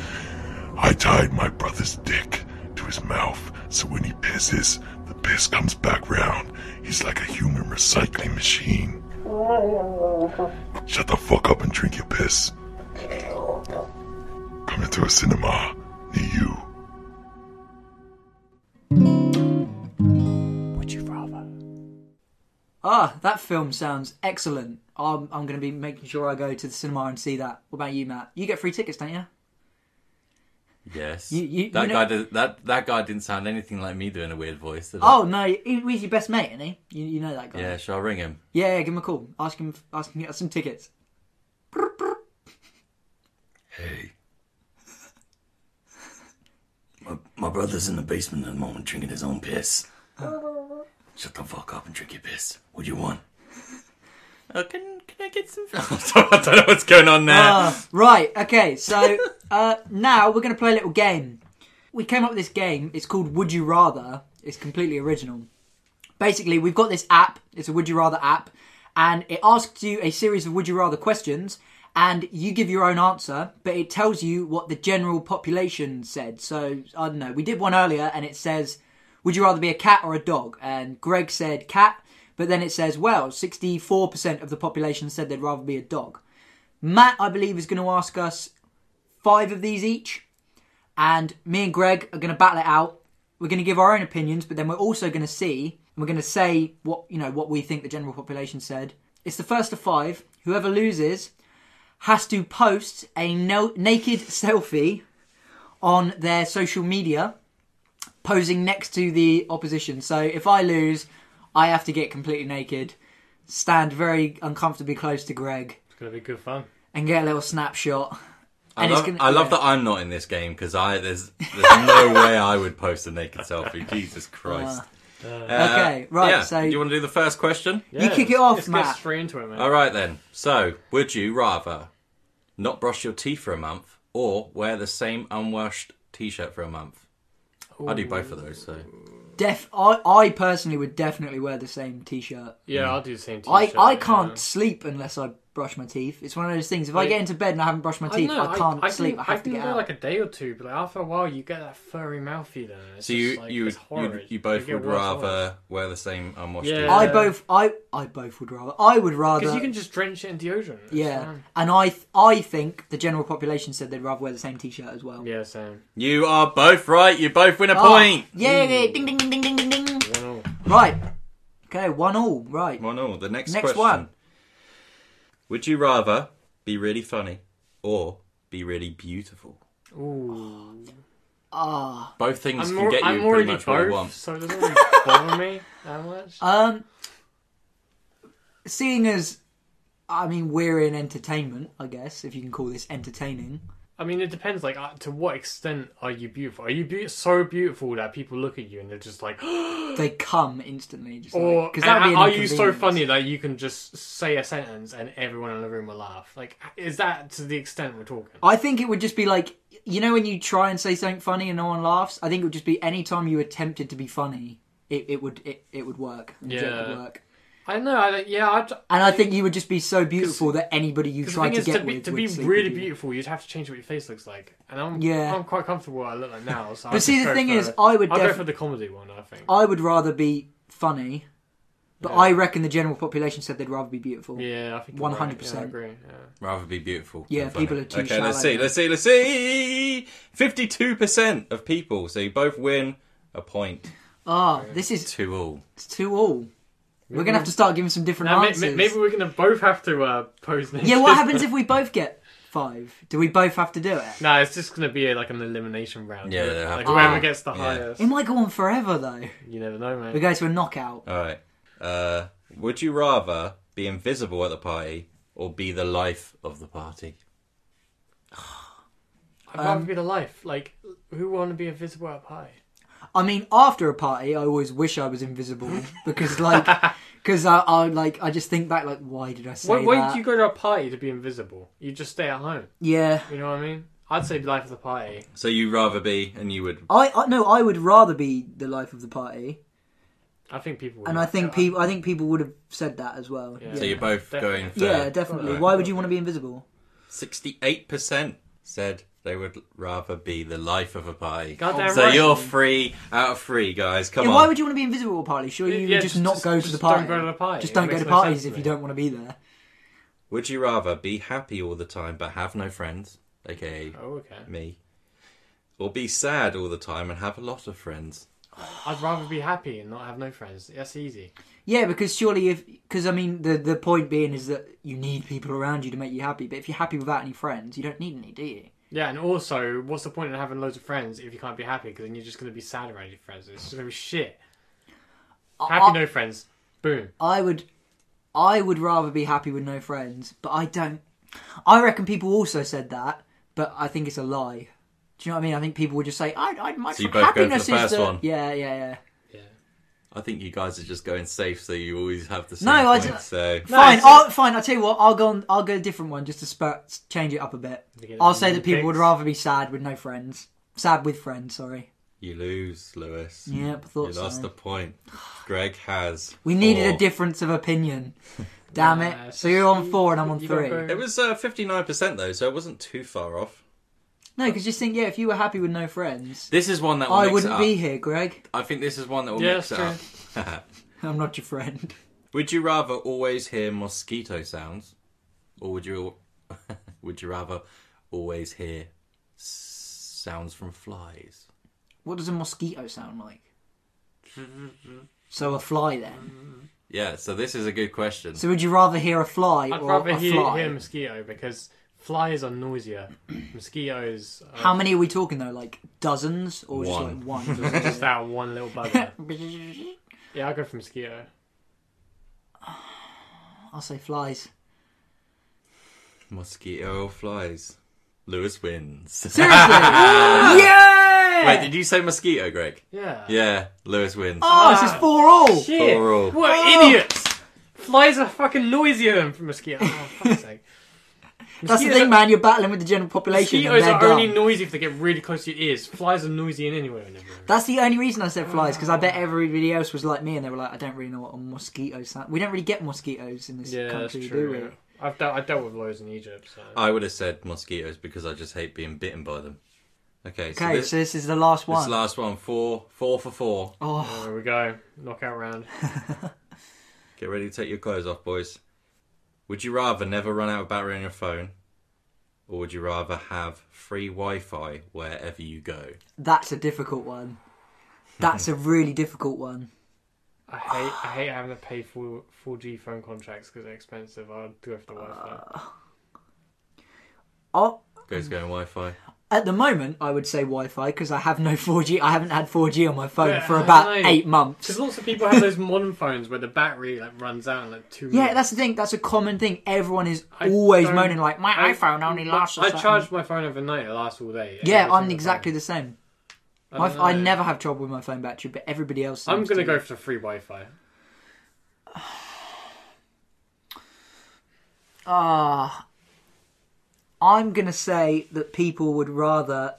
I tied my brother's dick to his mouth, so when he pisses, the piss comes back round. He's like a human recycling machine. Shut the fuck up and drink your piss coming to a cinema near you.
Ah, that film sounds excellent. I'm, I'm going to be making sure I go to the cinema and see that. What about you, Matt? You get free tickets, don't you?
Yes,
You- you-
that
you know-
guy did, that that guy didn't sound anything like me doing a weird voice. Did he?
Oh no, he, he's your best mate, isn't he? You, you know that guy.
yeah, shall I ring him?
yeah, yeah, Give him a call. Ask him. Ask him to get us some tickets.
Hey. My, my brother's in the basement at the moment drinking his own piss. Shut the fuck up and drink your piss. What do you want?
Oh, can can I get some? I don't know what's going on there.
Ah, right. Okay. So uh, now we're going to play a little game. We came up with this game. It's called Would You Rather. It's completely original. Basically, we've got this app. It's a Would You Rather app, and it asks you a series of Would You Rather questions, and you give your own answer, but it tells you what the general population said. So I don't know. We did one earlier, and it says, "Would you rather be a cat or a dog?" And Greg said cat, but then it says, "Well, sixty-four percent of the population said they'd rather be a dog." Matt, I believe, is going to ask us five of these each, and me and Greg are going to battle it out. We're going to give our own opinions, but then we're also going to see and we're going to say what you know what we think the general population said. It's the first of five. Whoever loses has to post a no- naked selfie on their social media, posing next to the opposition. So if I lose, I have to get completely naked, stand very uncomfortably close to Greg
It's gonna be good fun.
and get a little snapshot.
I
and it's
love,
gonna-
I love
yeah.
that I'm not in this game because I there's there's no way I would post a naked selfie. Jesus Christ. Uh,
okay, right,
yeah.
so-
Do you want to do the first question?
Yeah,
kick it
let's-
off,
let's
Matt.
Get straight into it, man.
All right then. So, would you rather not brush your teeth for a month or wear the same unwashed t-shirt for a month? I do both of those. So
Def, I, I personally would definitely wear the same t-shirt.
Yeah, I'll do the same.
I,
T-shirt,
I can't
yeah.
sleep unless I brush my teeth. It's one of those things. If I get into bed and I haven't brushed my teeth,
know,
I, can't
I
sleep.
Can,
I have to
can
get
go
out.
like a day or two, but like, after a while, you get that furry mouth feeling. and It's
so
just,
you
like,
you
it's
would you,
horrid.
you both
get
would
worse
rather
and worse.
wear the same unwashed
Yeah.
t-shirt.
I both I I both would rather. I would rather.
because you can just drench it in deodorant. it's
yeah,
fine.
and I th- I think the general population said they'd rather wear the same t-shirt as well.
Yeah, same.
You are both right. You both win a
Ah,
point.
Yeah, yeah, yeah. Ding, ding, ding, ding, ding, ding.
One all.
Right. Okay, one all. Right.
One all. oh, The next,
Next
question.
one.
Would you rather be really funny or be really beautiful?
Ooh.
Ah.
Both things
I'm,
can
more,
get you
I'm
pretty
already
much what you
both,
want.
so it doesn't really bother me that much.
Um, seeing as, I mean, we're in entertainment, I guess, if you can call this entertaining.
I mean, it depends. Like, uh, to what extent are you beautiful? Are you be- so beautiful that people look at you and they're just like,
They come instantly, just
or
because
and
that'd be an
are you so
inconvenience.
funny that you can just say a sentence and everyone in the room will laugh? Like, is that to the extent we're talking?
I think it would just be like you know when you try and say something funny and no one laughs. I think it would just be any time you attempted to be funny, it, it would it, it would work. Legit
Yeah.
would work.
I don't know. I, yeah, I,
And I think you would just be so beautiful that anybody you
Because the
tried
thing
to
is,
get
to be,
with
to
would
be
sleep
really
with you.
beautiful, you'd have to change what your face looks like, and I'm
Yeah.
I'm quite comfortable what I look like now. So
But see, the thing is, I would
I'll
defi-
go for the comedy one. I think.
I would rather be funny, but I reckon the general population said they'd rather be beautiful.
yeah, I think you're right.
100%.
Yeah, I agree. Yeah.
Rather be beautiful.
Yeah,
than funny.
people are too
Okay,
shallow
let's see.
now.
Let's see. Let's see. Fifty-two percent of people. So you both win a point.
Ah, this is
Two all.
It's two all. We're gonna have to start giving some different
Now, may-
answers.
may- maybe we're gonna both have to uh, pose. Naked.
Yeah, what happens if we both get five? Do we both have to do it?
Nah, it's just gonna be uh, like an elimination round.
Yeah,
right?
they'll have
like
to-
whoever gets the
Yeah.
highest,
It might go on forever though.
you never know,
Mm-hmm. We
mate.
go to a knockout.
All right. Uh, would you rather be invisible at the party, or be the life of the party?
I'd rather
um,
be the life. Like, who want to be invisible at a party?
I mean, after a party, I always wish I was invisible because, like, because I, I like I just think back, like, why did I say
Why, why
that?
do you go to a party to be invisible? You just stay at home.
Yeah,
You know what I mean? I'd say life of the party.
So you'd rather be, and you would.
I, I no, I would rather be the life of the party,
I think people. Would
and I think
yeah.
people, I think people would have said that as well.
Yeah.
So you're both going for
Yeah, definitely.
Right.
Why would you want to be invisible?
Sixty-eight percent said they would rather be the life of a party.
Goddamn
so
right.
you're three out of three, guys. Come
Yeah,
on.
why would you want to be invisible at a party? Sure, you
Yeah,
would just,
just-
not
just-
go to
just
the
don't
party.
go to the party.
Just
It
don't go
makes
to
no sense
parties
to
if
me.
you don't want to be there.
Would you rather be happy all the time but have no friends, aka
Oh, okay.
me, or be sad all the time and have a lot of friends?
I'd rather be happy and not have no friends. That's easy.
Yeah, because surely if because I mean the the point being is that you need people around you to make you happy. But if you're happy without any friends, you don't need any, do you?
Yeah, and also, what's the point in having loads of friends if you can't be happy? Because then you're just going to be sad around your friends. It's just going to be shit. Happy
I-
no friends. Boom.
I would, I would rather be happy with no friends. But I don't. I reckon people also said that, but I think it's a lie. Do you know what I mean? I think people would just say, "I, I my
So you
fr-
both go for the
happiness is
first
the
one?
yeah, yeah, yeah."
I think you guys are just going safe, so you always have the same
No, I
point,
d-
So
Fine,
it's a-
I'll, fine. I'll tell you what. I'll go. On, I'll go a different one just to spur, change it up a bit.
get
I'll
the
say that people would
picks.
rather be sad with no friends, sad with friends. Sorry.
you lose, Lewis.
Yep, I
You
thought
lost
so.
the point. Greg has.
we needed a
four.
difference of opinion. Damn
Nah,
it! So you're on four and I'm on
you gotta
three.
go-
No,
It was uh, fifty-nine percent though, so it wasn't too far off.
because just think, yeah, if you were happy with no friends,
This is one that will
I
mix
wouldn't
it
be
up.
here, Greg.
I think this is one that will
Yeah,
mix it
that's
up.
I'm not your friend.
would you rather always hear mosquito sounds, or would you would you rather always hear s- sounds from flies?
What does a mosquito sound like? So a fly then.
Yeah, so this is a good question.
So would you rather hear a fly
I'd
or
rather
a
hear,
fly?
hear mosquito because flies are noisier. Mosquitoes are
How many are we talking though? Like dozens
One.
or just like one?
just that one little bugger. yeah, I'll go for mosquito.
I'll say flies.
Mosquito flies. Lewis wins.
Seriously? yeah!
Wait, did you say mosquito, Greg?
Yeah.
Yeah, Lewis wins.
oh, this is four all.
Shit.
For all.
What
Oh.
idiots! Flies are fucking noisier than mosquitoes. Oh, fuck's sake.
That's the
Mosquitoes
thing, man. You're battling with the general population. and
Mosquitoes
they're
are
dumb.
only noisy if they get really close to your ears. Flies are noisy in anywhere and everywhere.
That's the only reason I said flies because I bet everybody else was like me and they were like, I don't really know what a mosquito sound. We don't really get mosquitoes in this
yeah, that's
country, do we?
true. yeah. I've dealt, I dealt with loads in Egypt. So.
I would have said mosquitoes because I just hate being bitten by them. Okay, so
Okay,
this,
so this is the last
this
one.
last one, four, four for four.
oh,
there we go. Knockout round.
Get ready to take your clothes off, boys. Would you rather never run out of battery on your phone, or would you rather have free Wi-Fi wherever you go?
that's a difficult one. That's a really difficult one.
I hate I hate having to pay for 4G phone contracts because they're expensive. I'd go for the Wi-Fi.
Oh,
Goes going Wi-Fi.
at the moment, I would say Wi-Fi because I have no 4G. I haven't had 4G on my phone
Yeah,
for
I
about
know.
eight months.
Because lots of people have those modern phones where the battery like runs out in like two.
Yeah,
minutes.
that's the thing. That's a common thing. Everyone is
I
always
don't-
moaning like, "My
I-
iPhone only lasts." a
I
certain-"
charge my phone overnight. It lasts all day.
Yeah,
Every
I'm
single
exactly the same.
time.
My,
don't
I
know.
never have trouble with my phone battery, but everybody else.
I'm
seems
gonna
to.
go for free Wi-Fi.
Ah, I'm gonna say that people would rather.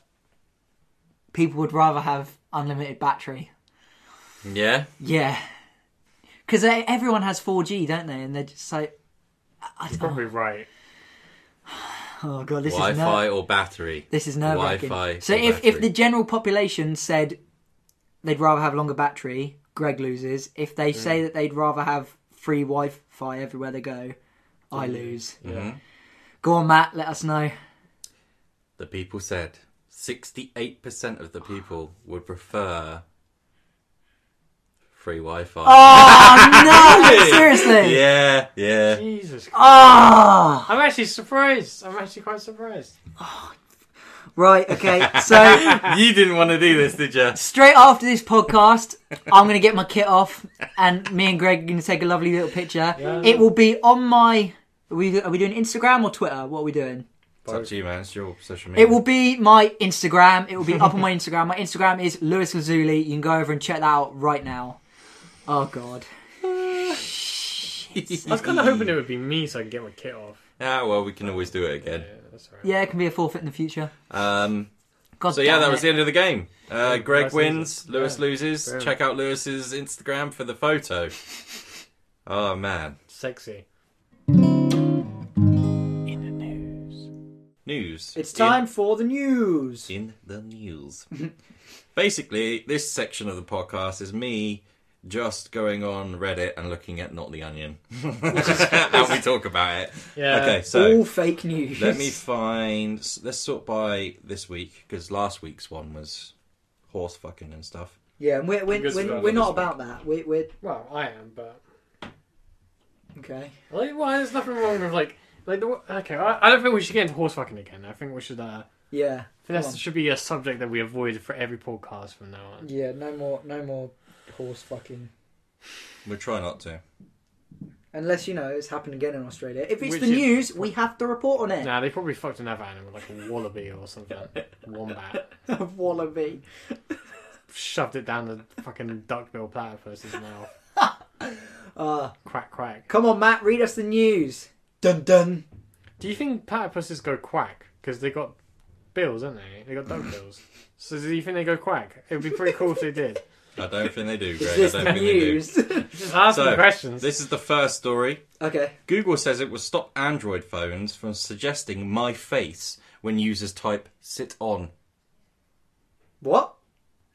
People would rather have unlimited battery.
Yeah,
Yeah, because everyone has 4G, don't they? And they're just like,
You're probably right.
"Oh god, this is nerve-
Wi-Fi or battery.
This is nerve
Wi-Fi
wracking. So
or
if,
battery.
if the general population said they'd rather have longer battery, Greg loses. If they
Mm.
say that they'd rather have free Wi-Fi everywhere they go, I
Mm-hmm.
lose. Go on, Matt. Let us know.
The people said 68% of the people would prefer free Wi Fi.
Ah! Oh, No, seriously.
Yeah, yeah.
Jesus, Christ.
Ah,
I'm actually surprised. I'm actually quite surprised.
Right, okay. So
you didn't want to do this, did you?
straight after this podcast, I'm going to get my kit off, and me and Greg are going to take a lovely little picture. It will be on my. Are we, are we doing Instagram or Twitter? What are we doing?
It's up to you, man. It's your social media.
It will be my Instagram. It will be up on my Instagram. My Instagram is Lewis Lazuli. You can go over and check that out right now. Oh God.
I was kind of hoping it would be me so I could get my kit off.
Ah, well, we can always do it again.
Yeah, that's alright.
Yeah, it can be a forfeit in the future.
Um,
God
so yeah,
damn
that
it.
was the end of the game. Uh, Greg
Price
wins,
loses.
Lewis
Yeah.
loses.
Fair
Check out Lewis's Instagram for the photo. oh man,
Sexy.
news.
It's
In-
time for the news.
in the news. Basically, this section of the podcast is me just going on Reddit and looking at Not the Onion. How we talk about it.
Yeah.
Okay, so
All fake news.
let me find. Let's sort by this week because last week's one was horse fucking and stuff.
Yeah, and we're we're,
Because
we're,
we're
we're not
this
about that. We're, we're
Well, I am, but
okay.
like, well, there's nothing wrong with like, like the okay. I, I don't think we should get into horse fucking again. I think we should. Uh,
Yeah. Come
that
on.
should be a subject that we avoid for every podcast from now on.
Yeah. No more. No more horse fucking.
We'll try not to.
Unless you know it's happened again in Australia. If it's
Which
the
is-
news, we have to report on it.
Nah, they probably fucked another animal, like a wallaby or something, wombat.
Wallaby.
Shoved it down the fucking duckbill platypus's mouth.
Uh.
Ah,
Quack quack.
come on, Matt. Read us the news. Dun dun.
Do you think platypuses go quack? Because they got bills, don't they? They got duck bills. So do you think they go quack? It would be pretty cool if they did.
I don't think they do, Greg.
Is
I
this
don't
the
think they do.
news?
Just asking
So,
questions.
This is the first story.
okay.
Google says it will stop Android phones from suggesting my face when users type sit on.
What?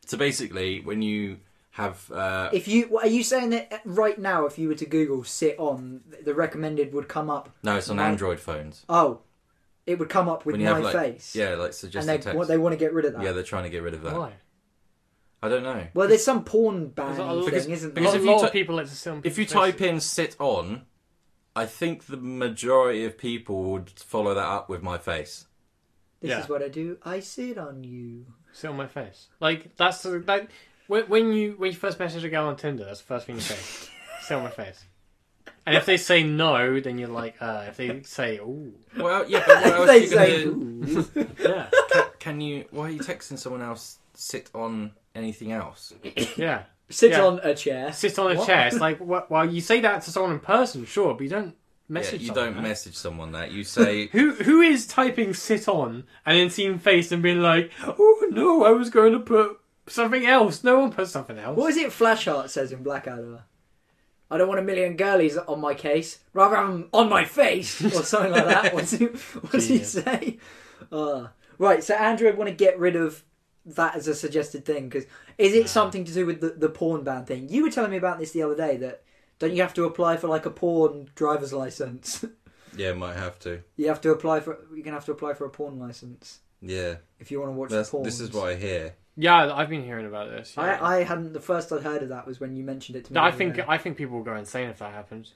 So basically, when you have uh,
If you what, are you saying that right now, if you were to Google "sit on," the recommended would come up.
no, it's on
My-
Android phones.
Oh, it would come up with
When you
my
have like
face.
yeah, like
And
suggested
they
text.
what they want to get rid of that.
yeah, they're trying to get rid of that.
Why?
I don't know.
Well, there's some porn ban
There's a lot-
thing,
because-
isn't
because
a
there?
if
lot
you
of
ty-
people, it's a simple.
If you type in "sit on," I think the majority of people would follow that up with my face.
this
yeah.
is what I do. I sit on you.
sit on my face. Like that's the, like when, when you when you first message a girl on Tinder, that's the first thing you say. sit on my face. And if they say no, then you're like, uh, if they say, ooh,
Well, yeah, but what else are
They
you gonna
say,
do?
"Ooh."
yeah,
Can you? Why are you texting someone else? Sit on anything else?
yeah,
sit
Yeah.
on a chair.
sit on a chair. It's like, wh- well, you say that to someone in person, sure, but you don't
Yeah,
message.
you
someone
don't
that.
message someone that. You say
Who who is typing sit on and then seeing face and being like, oh no, I was going to put something else. No one put something else.
What is it Flashheart says in Blackadder? I don't want a million girlies on my case. Rather have 'em on my face or something like that. What's he, what's he
Genius.
say? Uh, right, so Android want to get rid of that as a suggested thing because is it something to do with the, the porn ban thing? You were telling me about this the other day that don't you have to apply for like a porn driver's license?
yeah, might have to.
you have to apply for you're gonna have to apply for a porn license
Yeah,
if you want to watch
that's,
porn.
this is what I hear.
Yeah, I've been hearing about this. yeah.
I, I hadn't. The first I'd heard of that was when you mentioned it to me.
No, I
the other
think
day.
I think people will go insane if that happens.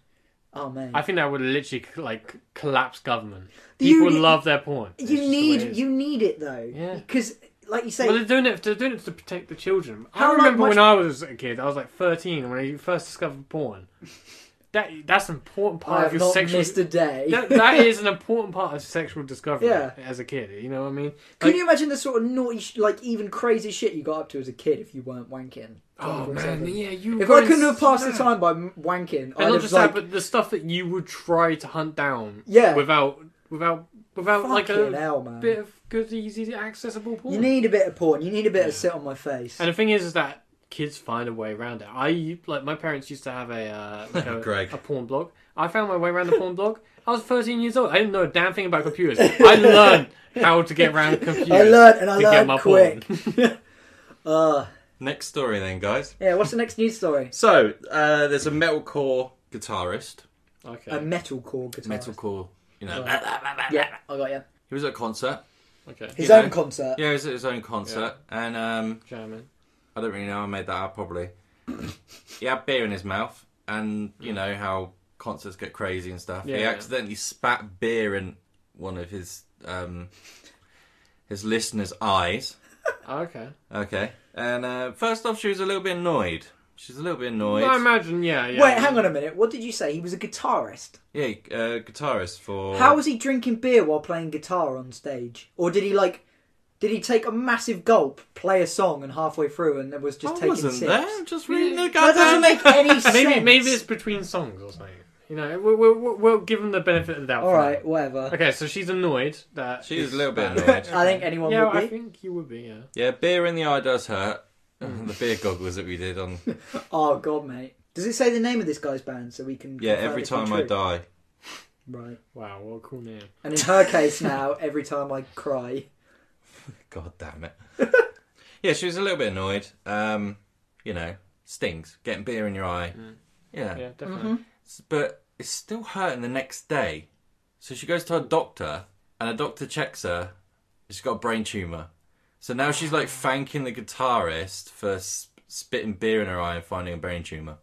Oh man.
I think that would literally like collapse government.
You
People
need-
love their porn. It's
You
just the way it
need
is.
you need it though,
Yeah.
Because like you say,
Well, they're doing it. They're doing it to protect the children.
How,
I
like,
remember
much-
when I was a kid. I was like 13 when I first discovered porn. That that's an important part
I
of
have
your
not
sexual.
missed a day.
that, that is an important part of sexual discovery
Yeah.
as a kid. You know what I mean?
Can
Like,
you imagine the sort of naughty, sh- like even crazy shit you got up to as a kid if you weren't wanking?
oh man,
24/7?
yeah, you.
If
were
I couldn't have passed the
insane.
time by m- wanking, I'd
and not
have
just that,
like,
but the stuff that you would try to hunt down.
Yeah.
Without without without uh, like
fucking
a
hell, man.
bit of good, easy, accessible porn.
You need a bit of porn. You need a bit of sit on my face.
And the thing is, is that kids find a way around it. I like my parents used to have a uh, like a,
Greg.
a porn blog. I found my way around the porn blog. I was 13 years old. I didn't know a damn thing about computers. I learned how to get around computers.
I learned, and I
to get
learned
my
quick.
porn.
uh,
Next story, then, guys.
yeah. What's the next news story?
So uh, there's a metalcore guitarist.
Okay.
A metalcore guitar.
Metalcore, you know.
Yeah, I got you.
He was at a concert.
okay.
His
You
own
know.
concert.
Yeah, he was at his own concert, and um,
German.
I don't really know. I made that up probably. he had beer in his mouth, and
Mm.
you know how concerts get crazy and stuff.
Yeah,
he
yeah.
accidentally spat beer in one of his um, his listener's eyes.
Oh, okay.
Okay. And uh, first off, she was a little bit annoyed. She's a little bit annoyed.
I imagine, yeah, yeah.
Wait, hang on a minute. What did you say? He was a guitarist.
Yeah, uh, guitarist for.
How was he drinking beer while playing guitar on stage? Or did he like? Did he take a massive gulp, play a song, and halfway through, and was just
I
taking
wasn't
sips?
there. Just reading the
That
goddamn.
doesn't make any sense.
Maybe maybe it's between songs or something. You know, we'll, we'll, we'll- we'll give him the benefit of the doubt.
all
for
right.
now.
Whatever.
Okay, so she's annoyed that
She's
it's
a little bit
bad.
annoyed. Uh,
I think anyone
Yeah,
would
I
be.
think you would be. Yeah.
Yeah, beer in the eye does hurt. the beer goggles that we did on.
Oh god, mate. Does it say the name of this guy's band so we can?
Yeah,
confirm
every
it's been
time I
true?
die.
Right.
Wow, what a cool name.
And in her case now, every time I cry.
God damn it. yeah, she was a little bit annoyed. Um, you know, stings. Getting beer in your eye. Yeah.
Yeah, definitely.
S- But it's still hurting the next day. So she goes to her doctor, and her doctor checks her. She's got a brain tumour. So now she's like thanking the guitarist for sp- spitting beer in her eye and finding a brain tumour.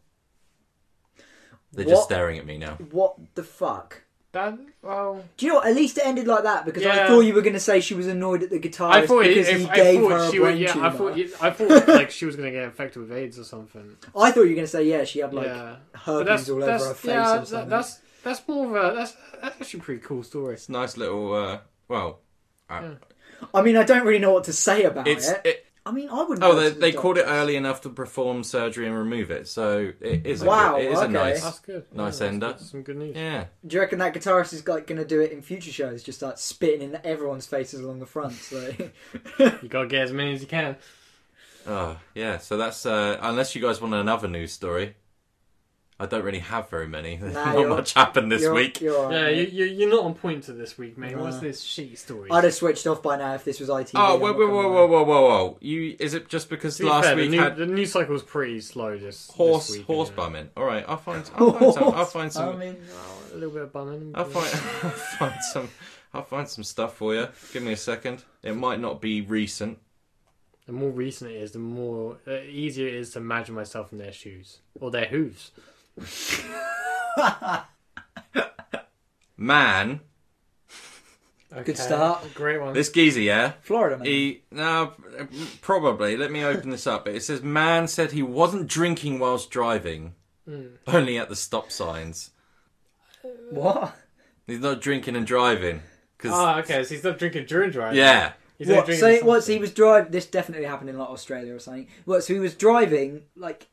They're just
What?
staring at me now.
What the fuck?
That well,
Do you know what? At least it ended like that because I
Yeah.
thought you were going to say she was annoyed at the guitarist
I thought
Oh, because
if,
he
I
gave
thought
her
she
a brain
would, yeah,
tumour.
I thought you- I thought like she was gonna get infected with AIDS or something.
you were going to say yeah, she had like
yeah, but
herpes all over her face
yeah,
or
that-
something.
that's that's more of a that's that's actually a pretty cool story.
It's a nice little. Uh, well,
I mean, I don't really know what to say about
it's
it.
it,
I mean, I wouldn't.
Oh,
go
they,
to the
they called it
doctors.
early enough to perform surgery and remove it, so it is a,
Wow,
good, it is a
okay.
nice.
That's good.
Nice
yeah, that's
ender.
good. Some good news.
Yeah.
Do you reckon that guitarist is like going to do it in future shows? Just start spitting in everyone's faces along the front. So
You gotta get as many as you can.
Oh, yeah. So that's. Uh, unless you guys want another news story, I don't really have very many. Not
you're-
much happened this
you're,
week.
you're all right,
Yeah,
mate.
you, you you're not on point to this week, mate. What's
Nah.
this shit story?
I'd have switched off by now if this was ITV.
Oh,
I'm
whoa,
not
whoa,
gonna
whoa,
lie.
whoa, whoa, whoa, whoa! You is it just because
To be
last
fair,
week
the, new,
had
the news cycle was pretty slow this
horse
this week,
horse
anyway.
bumming? All right, I'll find. I'll find some. I'll find some.
I mean,
A little bit of bumming.
I'll find, I'll find some. I'll find some stuff for you. Give me a second. It might not be recent.
The more recent it is, the more uh, easier it is to imagine myself in their shoes or their hooves.
Man,
Okay.
start.
Great one.
this geezer, yeah.
Florida, man.
He no, probably. Let me open this up. It says, "Man said he wasn't drinking whilst driving,
Hmm.
only at the stop signs.
What?
He's not drinking and driving because
Ah, okay. So he's not drinking during driving.
yeah,
He's not
What?
drinking
So it
something.
was he was driving. This definitely happened in like Australia or something. What? So he was driving like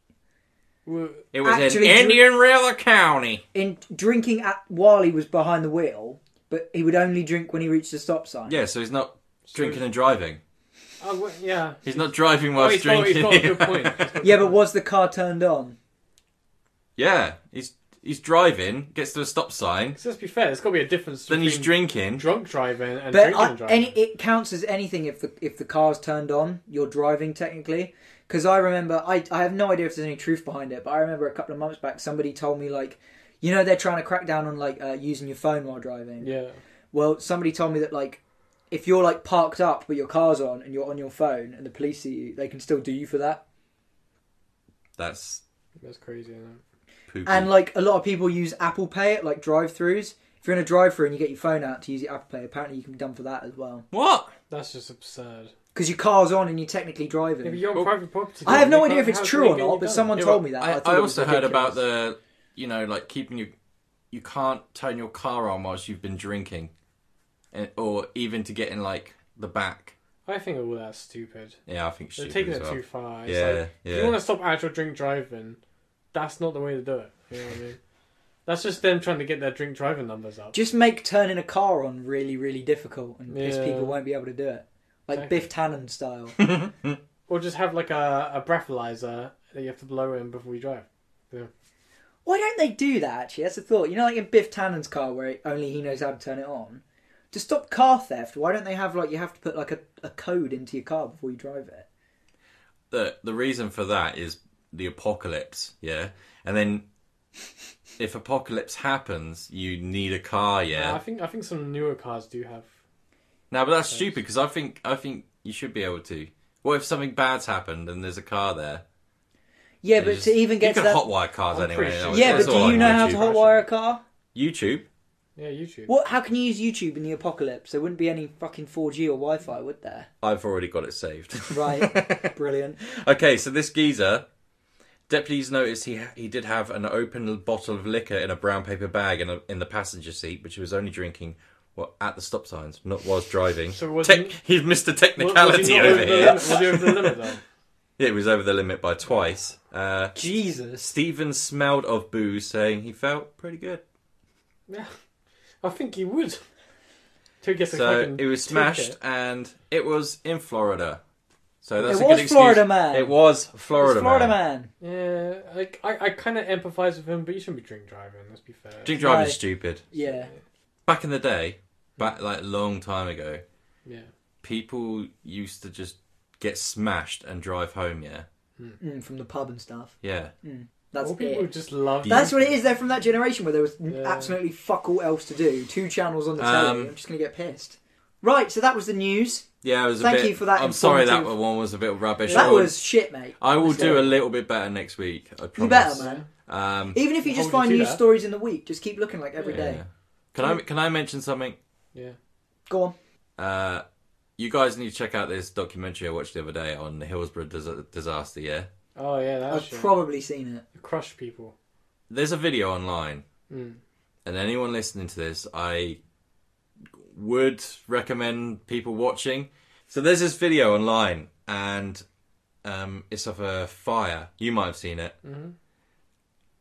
Well,
it was
Actually,
in
dri-
Indian River County.
in drinking at while he was behind the wheel, but he would only drink when he reached the stop sign.
Yeah, so he's not drinking and driving.
oh, well, yeah.
He's not driving
Oh,
whilst
he's got, he's
drinking.
got a good point. He's got-
Yeah, but was the car turned on?
yeah, he's he's driving, gets to a stop sign,
So let's be fair. There's got to be a difference
then
between
he's drinking.
drunk driving and
But
drinking
I,
driving.
any, it counts as anything if the if the car's turned on. You're driving technically. Because I remember, I I have no idea if there's any truth behind it, but I remember a couple of months back somebody told me like, you know, they're trying to crack down on like uh, using your phone while driving.
Yeah.
Well, somebody told me that like if you're like parked up but your car's on and you're on your phone and the police see you, they can still do you for that.
That's
That's crazy. Isn't it?
poopy.
And like a lot of people use Apple Pay at like drive-throughs. If you're in a drive-through and you get your phone out to use your Apple Pay, apparently you can be done for that as well.
what?
That's just absurd.
Because your car's on and you're technically
If
driving.
you're on private property,
I have no
you
idea
can't-
if it's
how can
true
you
or
get
not,
it
but
done?
someone
Yeah,
told
but
me that.
I,
I, thought
I
it was
also heard about
ridiculous.
the, you know, like keeping your, you can't turn your car on whilst you've been drinking, and, or even to get in like the back.
I think all that's stupid.
Yeah, I think it's
They're
stupid
taking
as
it
well.
too far. It's
Yeah,
like, If
yeah.
you want to stop actual drink driving, that's not the way to do it. You know what I mean? That's just them trying to get their drink driving numbers up.
Just make turning a car on really, really difficult, and piss
Yeah.
people won't be able to do it, like
Exactly.
Biff Tannen style.
Or just have like a, a breathalyzer that you have to blow in before you drive.
Why don't they do that? Actually, that's a thought. You know, like in Biff Tannen's car, where it, only he knows how to turn it on. To stop car theft, why don't they have like you have to put like a, a code into your car before you drive it?
The the reason for that is the apocalypse. Yeah, and then if apocalypse happens, you need a car. Yeah.
I think I think some newer cars do have.
No, but that's stupid because I think I think you should be able to. What if something bad's happened and there's a car there?
Yeah, but
Just-
to even get
you
to
can
that,
hotwire cars
I'm
anyway.
pretty
that
sure-
was-
yeah,
that's
but do
all I
you know
wanted
how
to-
to hotwire a car?
YouTube.
Yeah, YouTube.
What? How can you use YouTube in the apocalypse? There wouldn't be any fucking 4G or Wi-Fi, would there?
I've already got it saved.
Right. Brilliant.
Okay, so this geezer, deputies noticed he he did have an open bottle of liquor in a brown paper bag in a, in the passenger seat, which he was only drinking well, at the stop signs, not whilst driving.
So was
Tec-
he-
he's Mr.
Was- was
Technicality
he not
over
the
here.
limit- was he over the limit then?
Yeah, he was over the limit by twice. Uh,
Jesus.
Stephen smelled of booze, saying he felt pretty good.
Yeah, I think he would. Till he gets a
So
fucking
it was smashed,
ticket.
and it was in Florida. So that's
It
a
was
good excuse.
Florida Man.
It was Florida,
Florida, Florida
man.
man.
Yeah, like I, I kind of empathise with him, but you shouldn't be drink driving. Let's be fair.
Drink driving
Right.
stupid.
Yeah.
Back in the day,
Hmm.
back like a long time ago,
yeah,
people used to just get smashed and drive home. Yeah,
Mm, from the pub and stuff.
yeah.
That's
all people
it.
just love.
That's what it is. They're from that generation where there was n
Yeah.
absolutely fuck all else to do. Two channels on the telly.
Um,
I'm just gonna get pissed. Right. So that was the news.
Yeah, it was a
Thank
bit-
you for that
I'm sorry that
informative-
one was a bit rubbish. I
That
will-
was shit, mate.
I will
Honestly.
do a little bit better next week. I promise.
You better, man.
Um,
Even if you just
Hold you
find
to
new
that.
stories in the week, just keep looking like every
yeah.
day.
Can I can I mention something?
Yeah,
Go on.
Uh, you guys need to check out this documentary I watched the other day on the Hillsborough dis- disaster. Yeah,
oh yeah, that's
I've
shit.
probably seen it.
crush people.
there's a video online,
Mm.
and anyone listening to this, I would recommend people watching. So there's this video online, and um, it's of a fire. You might have seen it.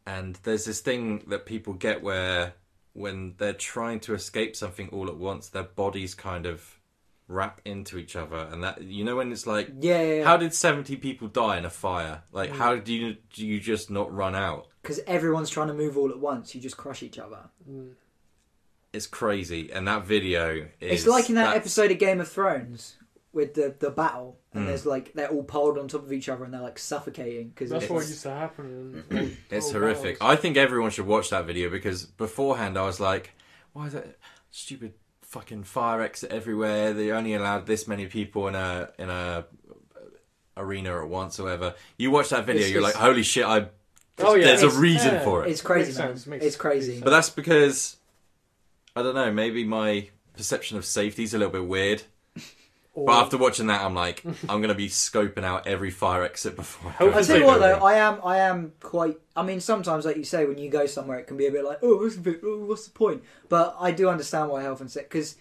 And there's this thing that people get where, when they're trying to escape something all at once, their bodies kind of wrap into each other, and that you know when it's like,
Yeah, yeah, yeah.
how did seventy people die in a fire? Like, how do you do you just not run out?
Because everyone's trying to move all at once. You just crush each other.
It's crazy, and that video is
It's like in that
that's-
episode of Game of Thrones with the, the battle,
Mm.
and there's like they're all piled on top of each other and they're like suffocating because
That's
it's,
what used to happen. Oh, In old-
It's
Oh,
old
horrific.
battles.
I think everyone should watch that video because beforehand I was like, why is that stupid fucking fire exit everywhere? They only allowed this many people in a in a arena at once or whatever. You watch that video,
It's-
you're
it's-
like, holy shit, I
Oh, yeah.
there's a
It's-
reason
yeah.
for it.
it's crazy,
Makes
man.
sense, makes
it's crazy.
sense.
But that's because I don't know, maybe my perception of safety is a little bit weird.
Or-
But after watching that, I'm like, I'm gonna be scoping out every fire exit before.
I'll
go
I
to
tell you
the
what though,
building.
I am I am quite. I mean, sometimes like you say, when you go somewhere, it can be a bit like, oh, it's a bit, oh what's the point? But I do understand why health and sick because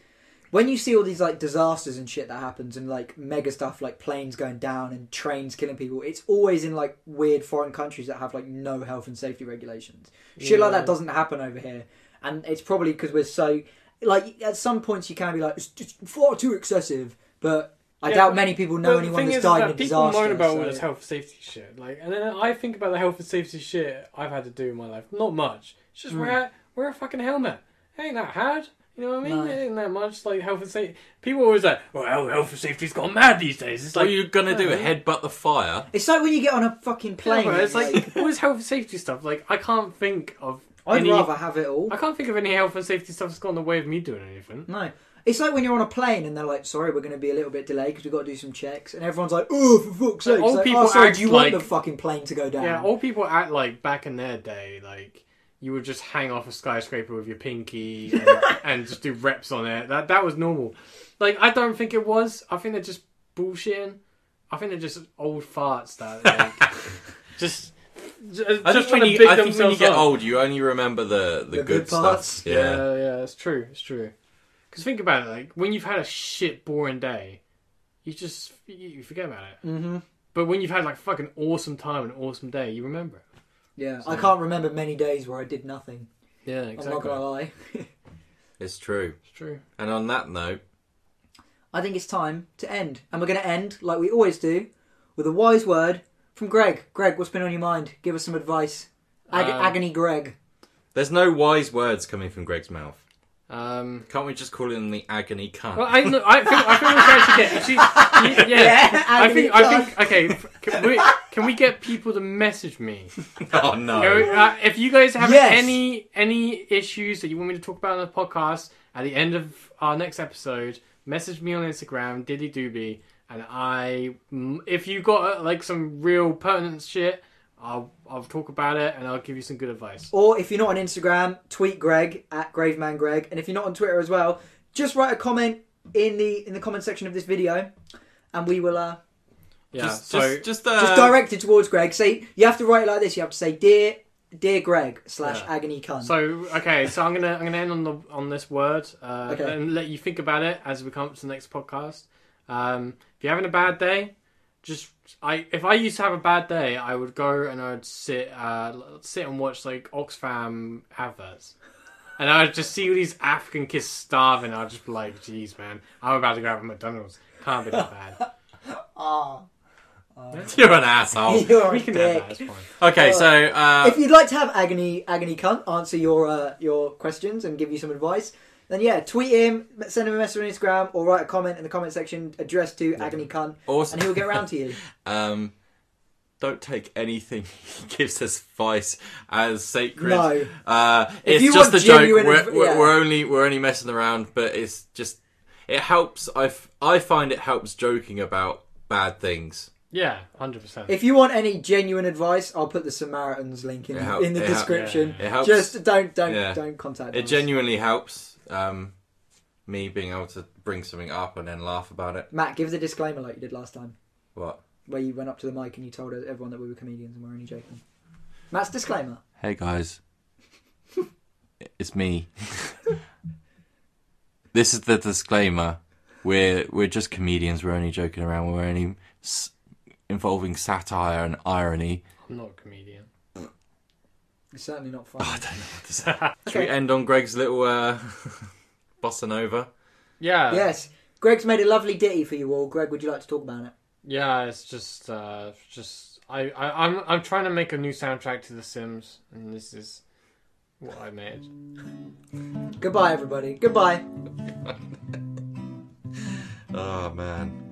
when you see all these like disasters and shit that happens and like mega stuff like planes going down and trains killing people, it's always in like weird foreign countries that have like no health and safety regulations. Shit like that doesn't happen over here, and it's probably because we're so like at some points you can be like it's just far too excessive, but. I
Yeah,
doubt
but-
many people
But
know
the
anyone
thing
that's
is
died
that
in a
people
disaster.
moan about all
so-
this health and safety shit, like, and then I think about the health and safety shit I've had to do in my life. Not much. It's
Mm.
just wear wear a fucking helmet. It ain't that hard? You know what I mean?
No.
It ain't that much. Like health and safety. People are always like, well, health- health and safety's gone mad these days. It's
What
like
are you gonna do? Headbutt the fire?
It's like when you get on a fucking plane.
Yeah, but it's like all this health and safety stuff. Like I can't think of
I'd
any.
rather have it all.
I can't think of any health and safety stuff that's gone the way of me doing anything.
No, it's like when you're on a plane and they're like, "Sorry, we're going to be a little bit delayed because we've got to do some checks," and everyone's like, "Oh, for fuck's sake!"
old
It's like,
people
oh, sorry,
act
do you
like-
want the fucking plane to go down?
Yeah, all people act like back in their day, like you would just hang off a skyscraper with your pinky and, and just do reps on it. That that was normal. Like I don't think it was. I think they're just bullshitting. I think they're just old farts that like, just just,
I think
just
when
trying to
you,
big
I think when you
themselves
get
up.
old, you only remember the, the,
The
good,
good
stuff.
parts.
Yeah.
Yeah, yeah, it's true. It's true. Because think about it, like when you've had a shit boring day, you just you you forget about it. Mm-hmm. But when you've had like fucking awesome time and awesome day, you remember it.
Yeah, I can't remember many days where I did nothing.
Yeah,
I'm not
exactly.
going to lie.
it's true.
It's true.
And on that note,
I think it's time to end, and we're going to end like we always do with a wise word from Greg. Greg, what's been on your mind? Give us some advice. Ag-
Uh,
agony, Greg.
there's no wise words coming from Greg's mouth.
Um,
Can't we just call him the agony cunt?
well, I, no, I think I think we're trying to get. you see- y- yeah, I think I think okay. f- Can we can we get people to message me?
oh no.
Uh, if you guys have
Yes.
any any issues that you want me to talk about on the podcast at the end of our next episode, message me on Instagram, Diddy Doobie, and I. mm, If you got uh, like some real pertinent shit, I'll I'll talk about it and I'll give you some good advice.
Or if you're not on Instagram, tweet Greg at GravemanGreg. And if you're not on Twitter as well, just write a comment in the in the comment section of this video, and we will uh,
Yeah.
Just,
so
just, just, uh,
just direct it towards Greg. Say you have to write it like this. You have to say dear dear Greg slash
Yeah.
agony cunt.
so okay. So I'm gonna I'm gonna end on the on this word uh,
Okay.
and let you think about it as we come up to the next podcast. Um, if you're having a bad day, just I if I used to have a bad day, I would go and I'd sit uh, l- sit and watch like Oxfam adverts. And I'd just see all these African kids starving. I'd just be like, "Jeez, man, I'm about to go out for McDonald's. Can't be that bad."
You're an asshole.
You're
we
a
can
dick.
have that. It's fine.
Okay, so uh,
if you'd like to have agony agony cunt answer your uh, your questions and give you some advice then yeah tweet him send him a message on instagram or write a comment in the comment section addressed to agony cunt
Also-
and he'll get round to you
um, don't take anything he gives us advice as sacred.
No.
uh, it's
you
just
want
a joke.
genuine
We're,
adv-
we're,
yeah.
we're only we're only messing around, but it's just it helps. I f- I find it helps joking about bad things.
Yeah, hundred percent.
if you want any genuine advice i'll put the samaritans link in,
It help-
in the
it help-
description
yeah. It helps.
just don't don't
Yeah.
don't contact
It
us.
genuinely helps. Um, me being able to bring something up and then laugh about it.
matt give us a disclaimer like you did last time
What?
where you went up to the mic and you told everyone that we were comedians and we're only joking matt's disclaimer
Hey guys, it's me. this is the disclaimer. We're we're just comedians. We're only joking around. We're only s- involving satire and irony.
I'm not a comedian.
it's certainly not
Oh,
fun
Should we end on Greg's little uh, bossa nova?
Yeah,
yes greg's made a lovely ditty for you all greg would you like to talk about it
Yeah, it's just, uh, just I, I, I'm, I'm trying to make a new soundtrack to The Sims, and this is what I made.
Goodbye, everybody. Goodbye.
Oh man.